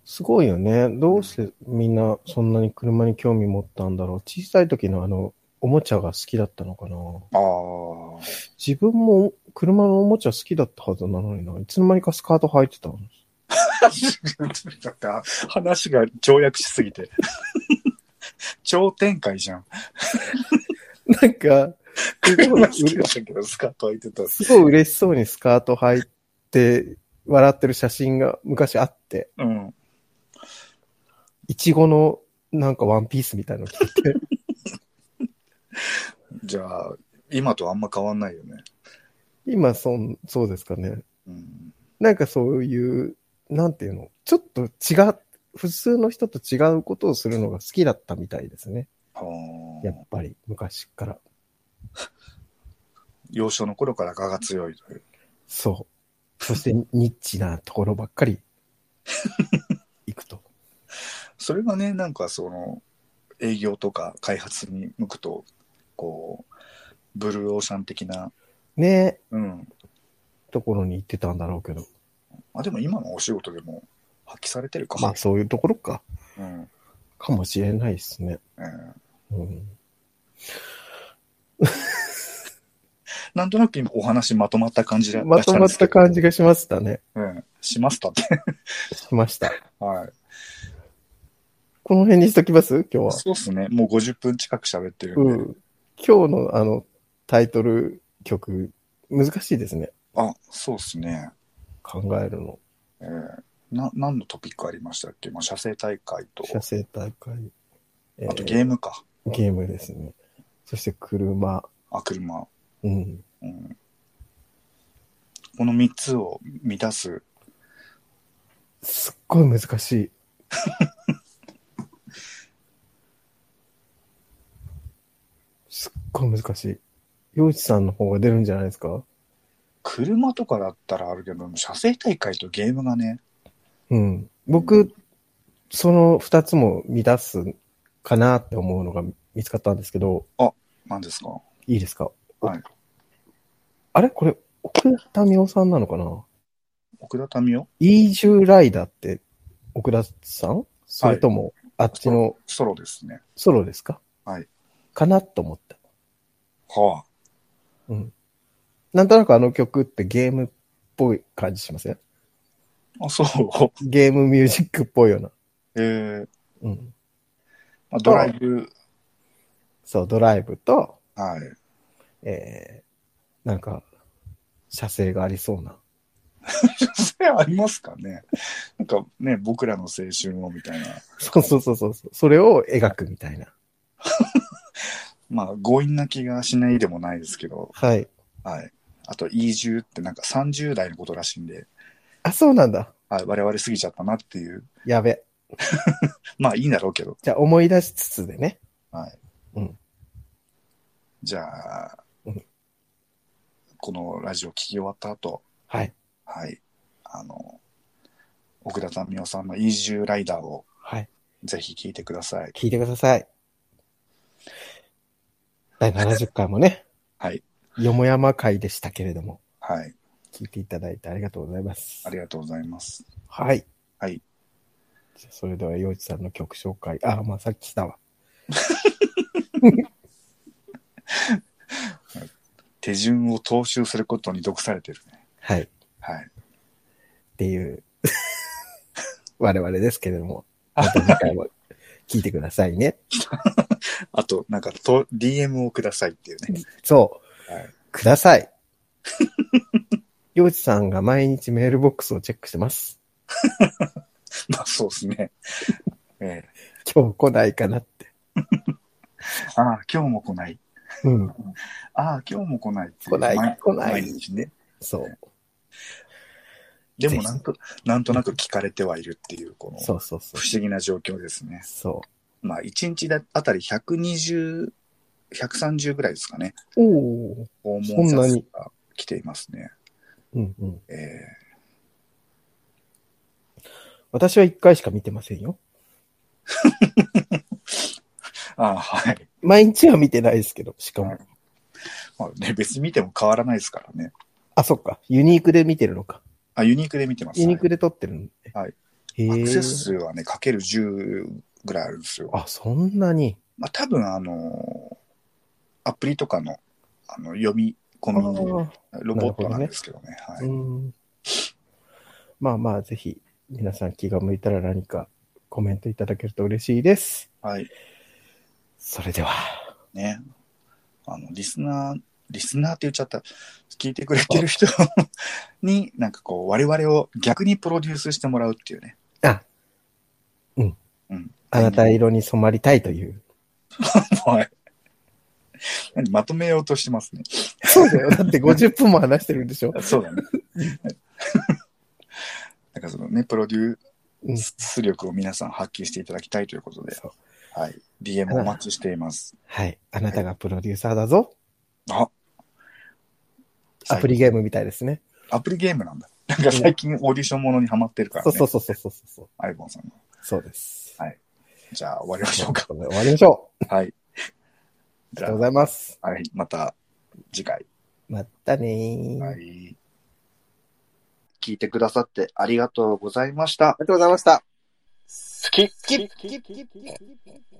[SPEAKER 3] すごいよね。どうしてみんなそんなに車に興味持ったんだろう。小さい時のあの、おもちゃが好きだったのかな。
[SPEAKER 2] ああ。
[SPEAKER 3] 自分も車のおもちゃ好きだったはずなのにな。いつの間にかスカート履いてたの。
[SPEAKER 2] <laughs> だって話が跳躍しすぎて。 <laughs> 超展開じゃん。
[SPEAKER 3] なんか、すご
[SPEAKER 2] 車
[SPEAKER 3] い
[SPEAKER 2] 好きだったけど、スカート履いてた。
[SPEAKER 3] すごい嬉しそうにスカート履いて、笑ってる写真が昔あって、
[SPEAKER 2] うん。
[SPEAKER 3] いちごのなんかワンピースみたいなの着てて、
[SPEAKER 2] じゃあ、今とあんま変わんないよね。
[SPEAKER 3] <laughs> 今、そん、そうですかね。
[SPEAKER 2] うん。
[SPEAKER 3] なんかそういう、なんていうの、ちょっと違う、普通の人と違うことをするのが好きだったみたいですね。
[SPEAKER 2] は
[SPEAKER 3] や
[SPEAKER 2] あ。
[SPEAKER 3] っぱり、昔から。
[SPEAKER 2] 幼少の頃から我が強いという。
[SPEAKER 3] そう。そして、ニッチなところばっか
[SPEAKER 2] <laughs>
[SPEAKER 3] り、行くと。
[SPEAKER 2] それがね、なんかその、営業とか開発に向くと、こう、ブルーオーシャン的な、
[SPEAKER 3] ね
[SPEAKER 2] うん。
[SPEAKER 3] ところに行ってたんだろうけど。
[SPEAKER 2] あ、でも今のお仕事でも発揮されてるか。
[SPEAKER 3] まあ、そういうところか。
[SPEAKER 2] うん。
[SPEAKER 3] かもしれないですね。
[SPEAKER 2] うん
[SPEAKER 3] うん。
[SPEAKER 2] なんとなく今お話まとまった感じで
[SPEAKER 3] まとまった感じ
[SPEAKER 2] が。
[SPEAKER 3] がしましたね。
[SPEAKER 2] うん。しましたって。
[SPEAKER 3] しました。
[SPEAKER 2] <laughs> はい。
[SPEAKER 3] この辺にしときます今日は。
[SPEAKER 2] そうっすね。もう50分近く喋ってるん
[SPEAKER 3] う
[SPEAKER 2] で。
[SPEAKER 3] ん。今日のあの、タイトル曲、難しいですね。
[SPEAKER 2] あ、そうっすね。
[SPEAKER 3] 考えるの。
[SPEAKER 2] えーな何のトピックありましたっけ、まあ、射精大会と、
[SPEAKER 3] 写生大会。えー
[SPEAKER 2] あとゲームか。
[SPEAKER 3] ゲームですね。そして車。
[SPEAKER 2] あ、車。
[SPEAKER 3] うん。
[SPEAKER 2] うん、この3つを満たす。
[SPEAKER 3] すっごい難し
[SPEAKER 2] <laughs>
[SPEAKER 3] い。すっごい難しい。洋一さんの方が出るんじゃないですか
[SPEAKER 2] 車とかだったらあるけど、射精大会とゲームがね、
[SPEAKER 3] うん。僕、その二つも満たすかなって思うのが見つかったんですけど、
[SPEAKER 2] 何ですか
[SPEAKER 3] いいですか
[SPEAKER 2] はい。
[SPEAKER 3] あれこれ、奥田民生さんなのかな
[SPEAKER 2] 奥田民生
[SPEAKER 3] イージュライダーって奥田さんそれとも、あっちの
[SPEAKER 2] ソロですね。
[SPEAKER 3] ソロですか
[SPEAKER 2] はい。
[SPEAKER 3] かなと思った。
[SPEAKER 2] は
[SPEAKER 3] なんとなくあの曲ってゲームっぽい感じしません
[SPEAKER 2] あ。あ、そう。 <laughs>
[SPEAKER 3] ゲームミュージックっぽいような。
[SPEAKER 2] えー
[SPEAKER 3] うん。
[SPEAKER 2] まあ、ドライブ、
[SPEAKER 3] そう、ドライブと、
[SPEAKER 2] はい。 <laughs>
[SPEAKER 3] えー、なんか、写生がありそうな。 <laughs>
[SPEAKER 2] それありますかねなんかね、僕らの青春をみたいな。
[SPEAKER 3] そうそうそうそうそう。それを描くみたいな。
[SPEAKER 2] まあ、強引な気がしないでもないですけど、
[SPEAKER 3] はい。
[SPEAKER 2] はい。あと、移住ってなんか30代のことらしいんで、
[SPEAKER 3] あ、そうなんだ。
[SPEAKER 2] あ我々過ぎちゃったなっていう、
[SPEAKER 3] やべ。
[SPEAKER 2] まあいいんだろうけど、
[SPEAKER 3] じゃあ思い出しつつでね。
[SPEAKER 2] はい。
[SPEAKER 3] うん
[SPEAKER 2] じゃあ、
[SPEAKER 3] うん
[SPEAKER 2] このラジオ聞き終わった後、
[SPEAKER 3] はい。
[SPEAKER 2] はい。あの、奥田民生さんの移住ライダーを
[SPEAKER 3] はい。
[SPEAKER 2] ぜひ聞いてください。
[SPEAKER 3] 聞いてください。第70回もね、
[SPEAKER 2] はい。
[SPEAKER 3] よもやま会でしたけれども、
[SPEAKER 2] はい。
[SPEAKER 3] 聞いていただいてありがとうございます
[SPEAKER 2] あ。りがとうございます。
[SPEAKER 3] はい。
[SPEAKER 2] はい。
[SPEAKER 3] じゃあそれでは、洋一さんの曲紹介。あ、まあさっきしたわ。
[SPEAKER 2] 手順を踏襲することに毒されてるね。
[SPEAKER 3] はい。っ
[SPEAKER 2] はい。
[SPEAKER 3] ていう、 <laughs> 我々ですけれども、また次回も聞いてくださいね。
[SPEAKER 2] あと、なんかと、DM をくださいっていうね。
[SPEAKER 3] そう。
[SPEAKER 2] はい
[SPEAKER 3] ください。 <laughs> 洋一さんが毎日メールボックスをチェックしてます。
[SPEAKER 2] <laughs> まあ、そうですね。ええ
[SPEAKER 3] 今日来ないかなって。
[SPEAKER 2] ああ、今日も来ない。
[SPEAKER 3] うん。
[SPEAKER 2] ああ、今日も来ないってう。
[SPEAKER 3] 来ない
[SPEAKER 2] 毎
[SPEAKER 3] 来ない
[SPEAKER 2] 毎日ね。
[SPEAKER 3] そう。
[SPEAKER 2] でもなんと、なんとなく聞かれてはいるっていう、この
[SPEAKER 3] そうそうそう
[SPEAKER 2] 不。思議な状況ですね。
[SPEAKER 3] そ
[SPEAKER 2] まあ、1日だあたり120、130ぐらいですかね。
[SPEAKER 3] う。おお。
[SPEAKER 2] 訪
[SPEAKER 3] そん
[SPEAKER 2] 問
[SPEAKER 3] な
[SPEAKER 2] 者数
[SPEAKER 3] に
[SPEAKER 2] が来ていますね。
[SPEAKER 3] うんうん。
[SPEAKER 2] ええ
[SPEAKER 3] 私は一回しか見てませんよ。
[SPEAKER 2] ああ、はい。
[SPEAKER 3] 毎日は見てないですけど、しかも。
[SPEAKER 2] まあね、別に見ても変わらないですからね。
[SPEAKER 3] あ、そっか。ユニークで見てるのか。
[SPEAKER 2] あ、ユニークで見てます。
[SPEAKER 3] ユニークで撮ってるんで。
[SPEAKER 2] はい。
[SPEAKER 3] へ
[SPEAKER 2] アクセス数
[SPEAKER 3] ー
[SPEAKER 2] はね、かける10ぐらいあるんですよ。
[SPEAKER 3] あ、そんなに。
[SPEAKER 2] まあ、多分あのアプリとかのあの読み込
[SPEAKER 3] あ
[SPEAKER 2] みの
[SPEAKER 3] ー
[SPEAKER 2] ロボットなんですけどね。は
[SPEAKER 3] う
[SPEAKER 2] い、
[SPEAKER 3] ん。まあまあ、ぜひ、皆さん気が向いたら何かコメントいただけると嬉しいです。
[SPEAKER 2] はい。
[SPEAKER 3] それでは。
[SPEAKER 2] ね。あの、リスナー、リスナーって言っちゃった。聞いてくれてる人 <laughs> に、なんかこう、我々を逆にプロデュースしてもらうっていうね。
[SPEAKER 3] あ、うん。
[SPEAKER 2] うん。
[SPEAKER 3] あなた色に染まりたいという。
[SPEAKER 2] はい。何まとめようとしてますね。
[SPEAKER 3] そうだよ。だ <laughs> って50分も話してるんでしょ。
[SPEAKER 2] そうだね。 <laughs> なんかそのね、プロデュース力を皆さん発揮していただきたいということで、
[SPEAKER 3] そう
[SPEAKER 2] はい。DM お待ちしています。
[SPEAKER 3] はい。あなたがプロデューサーだぞ。
[SPEAKER 2] あ
[SPEAKER 3] アプリゲームみたいですね。
[SPEAKER 2] アプリゲームなんだ。なんか最近オーディションものにハマってるから
[SPEAKER 3] そう
[SPEAKER 2] ね。
[SPEAKER 3] そうそうそうそうそう。
[SPEAKER 2] アイボンさんが。
[SPEAKER 3] そうです。
[SPEAKER 2] じゃあ終わりましょうか。
[SPEAKER 3] 終わりましょう。
[SPEAKER 2] はい。
[SPEAKER 3] あり
[SPEAKER 2] じ
[SPEAKER 3] が
[SPEAKER 2] ゃ
[SPEAKER 3] とうございます。
[SPEAKER 2] あ、はい。また次回。
[SPEAKER 3] またねー。あり
[SPEAKER 2] はい。聞いてくださってありがとうございました。
[SPEAKER 3] がとうございました。
[SPEAKER 1] 好き好き好き好き好き